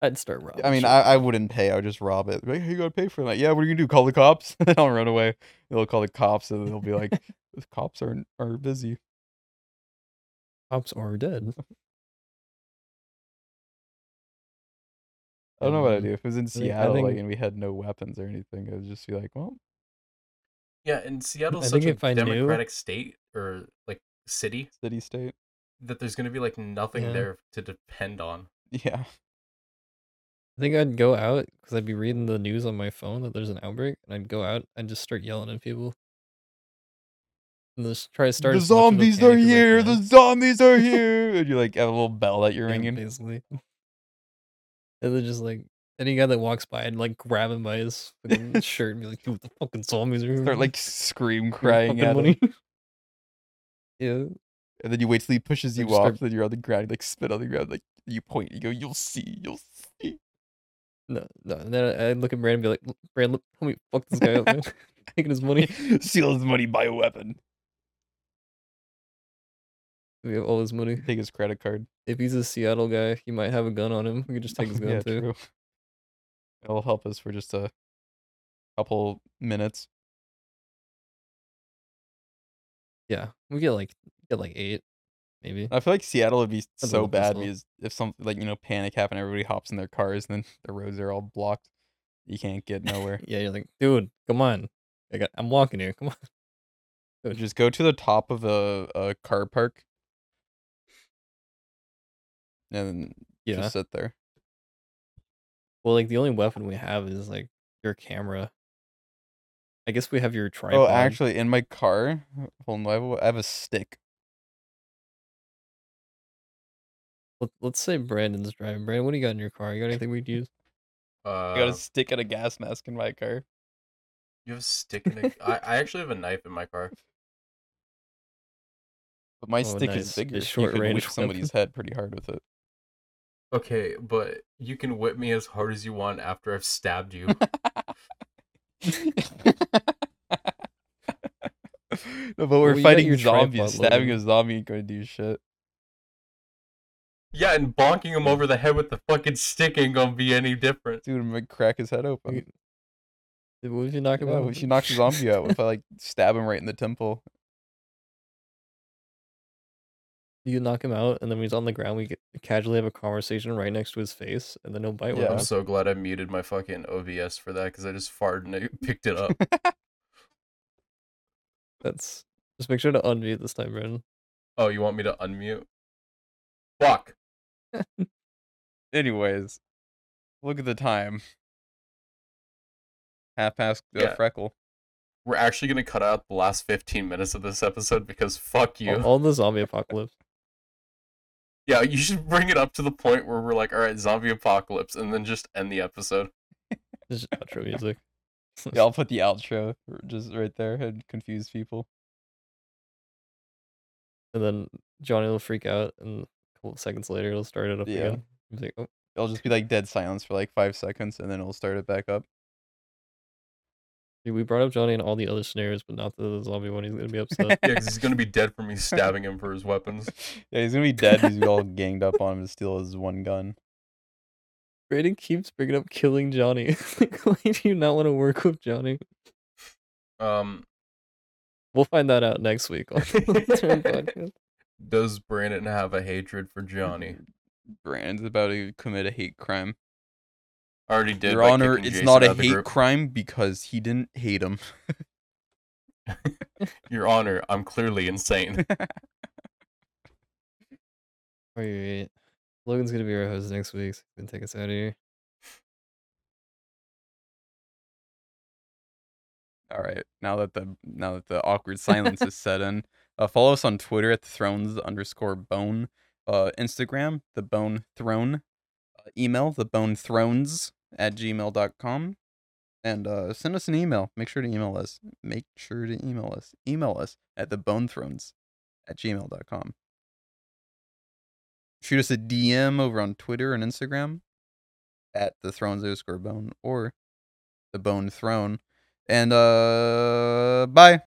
Speaker 1: I'd start robbing.
Speaker 2: I mean,
Speaker 1: shit.
Speaker 2: I, I wouldn't pay. I would just rob it. Like, hey, you gotta pay for that. Yeah, what are you gonna do? Call the cops? then I'll run away. They'll call the cops and they'll be like, the cops are are busy.
Speaker 1: cops are dead.
Speaker 2: I don't know what I'd
Speaker 1: Um,
Speaker 2: do if it was in
Speaker 1: think- I
Speaker 2: Seattle like,
Speaker 1: think-
Speaker 2: and we had no weapons or anything. I'd just be like, well,
Speaker 3: Yeah, and Seattle's
Speaker 1: I think
Speaker 3: such a
Speaker 1: if I knew-
Speaker 3: democratic state or like city
Speaker 2: city state.
Speaker 3: that there's gonna be like nothing
Speaker 1: Yeah.
Speaker 3: there to depend on.
Speaker 2: Yeah.
Speaker 1: I think I'd go out because I'd be reading the news on my phone that there's an outbreak, and I'd go out and just start yelling at people. And just try to start.
Speaker 2: the
Speaker 1: as much of a
Speaker 2: zombies are
Speaker 1: panic as I
Speaker 2: here. The
Speaker 1: can.
Speaker 2: zombies are here. And you like have a little bell that you're
Speaker 1: Yeah,
Speaker 2: ringing.
Speaker 1: basically. And then just like any guy that walks by and like grab him by his fucking shirt and be like, "Dude, the fucking zombies are here."
Speaker 2: Start like scream
Speaker 1: Give me
Speaker 2: crying
Speaker 1: fucking
Speaker 2: at
Speaker 1: money."
Speaker 2: it.
Speaker 1: yeah,
Speaker 2: And then you wait till he pushes
Speaker 1: Or
Speaker 2: you
Speaker 1: just
Speaker 2: off,
Speaker 1: start-
Speaker 2: then you're on the ground, like spit on the ground, like you point, you go, you'll see, you'll see.
Speaker 1: No, no. And then I- I'd look at Brand and be like, "Look, Brand, look, help me fuck this guy up, man. Taking his money.
Speaker 2: Steal his money, buy a weapon.
Speaker 1: We have all his money.
Speaker 2: Take his credit card.
Speaker 1: If he's a Seattle guy, he might have a gun on him. We could just take his gun too.
Speaker 2: true. It'll help us for just a couple minutes.
Speaker 1: Yeah, we get like get like eight, maybe.
Speaker 2: I feel like Seattle would be
Speaker 1: I'd
Speaker 2: so
Speaker 1: love
Speaker 2: bad
Speaker 1: Seattle.
Speaker 2: because if something like you know panic happened, everybody hops in their cars, and then the roads are all blocked. You can't get nowhere.
Speaker 1: yeah, you're like, dude, come on. I got, I'm walking here. Come on. Good.
Speaker 2: Just go to the top of a, a car park and
Speaker 1: Yeah.
Speaker 2: just sit there.
Speaker 1: well, like the only weapon we have is like your camera. I guess we have your tripod.
Speaker 2: Oh, actually, in my car, hold on, I have a, I have a stick.
Speaker 1: Let, let's say Brandon's driving. Brandon, what do you got in your car? You got anything we could use?
Speaker 3: Uh,
Speaker 2: I got a stick and a gas mask in my car.
Speaker 3: You have a stick in a, I, I actually have a knife in my car.
Speaker 2: But my
Speaker 1: Oh,
Speaker 2: stick
Speaker 1: nice.
Speaker 2: is bigger.
Speaker 1: A
Speaker 2: you
Speaker 1: short
Speaker 2: could
Speaker 1: range
Speaker 2: whip
Speaker 1: weapon.
Speaker 2: somebody's head pretty hard with it.
Speaker 3: Okay, but you can whip me as hard as you want after I've stabbed you.
Speaker 2: no, but we're
Speaker 1: Well, you got
Speaker 2: fighting
Speaker 1: your
Speaker 2: zombies.
Speaker 1: tripod
Speaker 2: Stabbing
Speaker 1: loaded.
Speaker 2: a zombie ain't gonna do shit.
Speaker 3: yeah, and bonking him over the head with the fucking stick ain't gonna be any different.
Speaker 2: Dude, I'm gonna crack his head open.
Speaker 1: What if you knock him
Speaker 2: Yeah,
Speaker 1: out?
Speaker 2: we
Speaker 1: with
Speaker 2: should
Speaker 1: it?
Speaker 2: knock the zombie out if I like stab him right in the temple.
Speaker 1: you knock him out, and then when he's on the ground, we get, casually have a conversation right next to his face, and then he'll bite one
Speaker 2: Yeah.
Speaker 1: of
Speaker 3: I'm
Speaker 1: us.
Speaker 3: so glad I muted my fucking OBS for that because I just farted and it picked it up.
Speaker 1: That's just make sure to unmute this time, Brandon.
Speaker 3: oh, you want me to unmute? Fuck.
Speaker 2: Anyways, look at the time. Half past uh,
Speaker 3: Yeah.
Speaker 2: freckle.
Speaker 3: We're actually gonna cut out the last 15 minutes of this episode because fuck you.
Speaker 1: All, all the zombie apocalypse.
Speaker 3: Yeah, you should bring it up to the point where we're like, all right, zombie apocalypse, and then just end the episode.
Speaker 1: Just outro music.
Speaker 2: Yeah, I'll put the outro r- just right there and confuse people.
Speaker 1: and then Johnny will freak out, and a couple of seconds later, it'll start it up
Speaker 2: Yeah.
Speaker 1: again. He's like, oh,
Speaker 2: It'll just be like dead silence for like five seconds, and then it'll start it back up.
Speaker 1: dude, we brought up Johnny in all the other scenarios, but not the zombie one. He's gonna be upset.
Speaker 3: Yeah, 'cause he's gonna be dead from me stabbing him for his weapons.
Speaker 2: yeah, he's gonna be dead because we all ganged up on him to steal his one gun.
Speaker 1: Brandon keeps bringing up killing Johnny. like, why do you not want to work with Johnny?
Speaker 3: Um,
Speaker 1: We'll find that out next week on the Turn Podcast.
Speaker 3: does Brandon have a hatred for
Speaker 2: Mm.
Speaker 3: Johnny?
Speaker 2: Brandon's about to commit a hate crime.
Speaker 3: I already did.
Speaker 2: Your
Speaker 3: by
Speaker 2: Honor,
Speaker 3: kicking
Speaker 2: it's
Speaker 3: Jason
Speaker 2: not
Speaker 3: out
Speaker 2: a
Speaker 3: of the
Speaker 2: hate
Speaker 3: group.
Speaker 2: crime because he didn't hate him.
Speaker 3: Your Honor, I'm clearly insane.
Speaker 1: All right. Logan's gonna be our host next week. So he can take us out of here.
Speaker 2: All right. Now that the now that the awkward silence is set in, uh, follow us on Twitter at thrones underscore bone, uh, Instagram the bone throne, uh, email the bone thrones at gmail.com, and uh, send us an email. Make sure to email us. Make sure to email us. Email us at the bone thrones at gmail.com. Shoot us a DM over on Twitter and Instagram at the thrones underscore bone or the bone throne. And uh bye.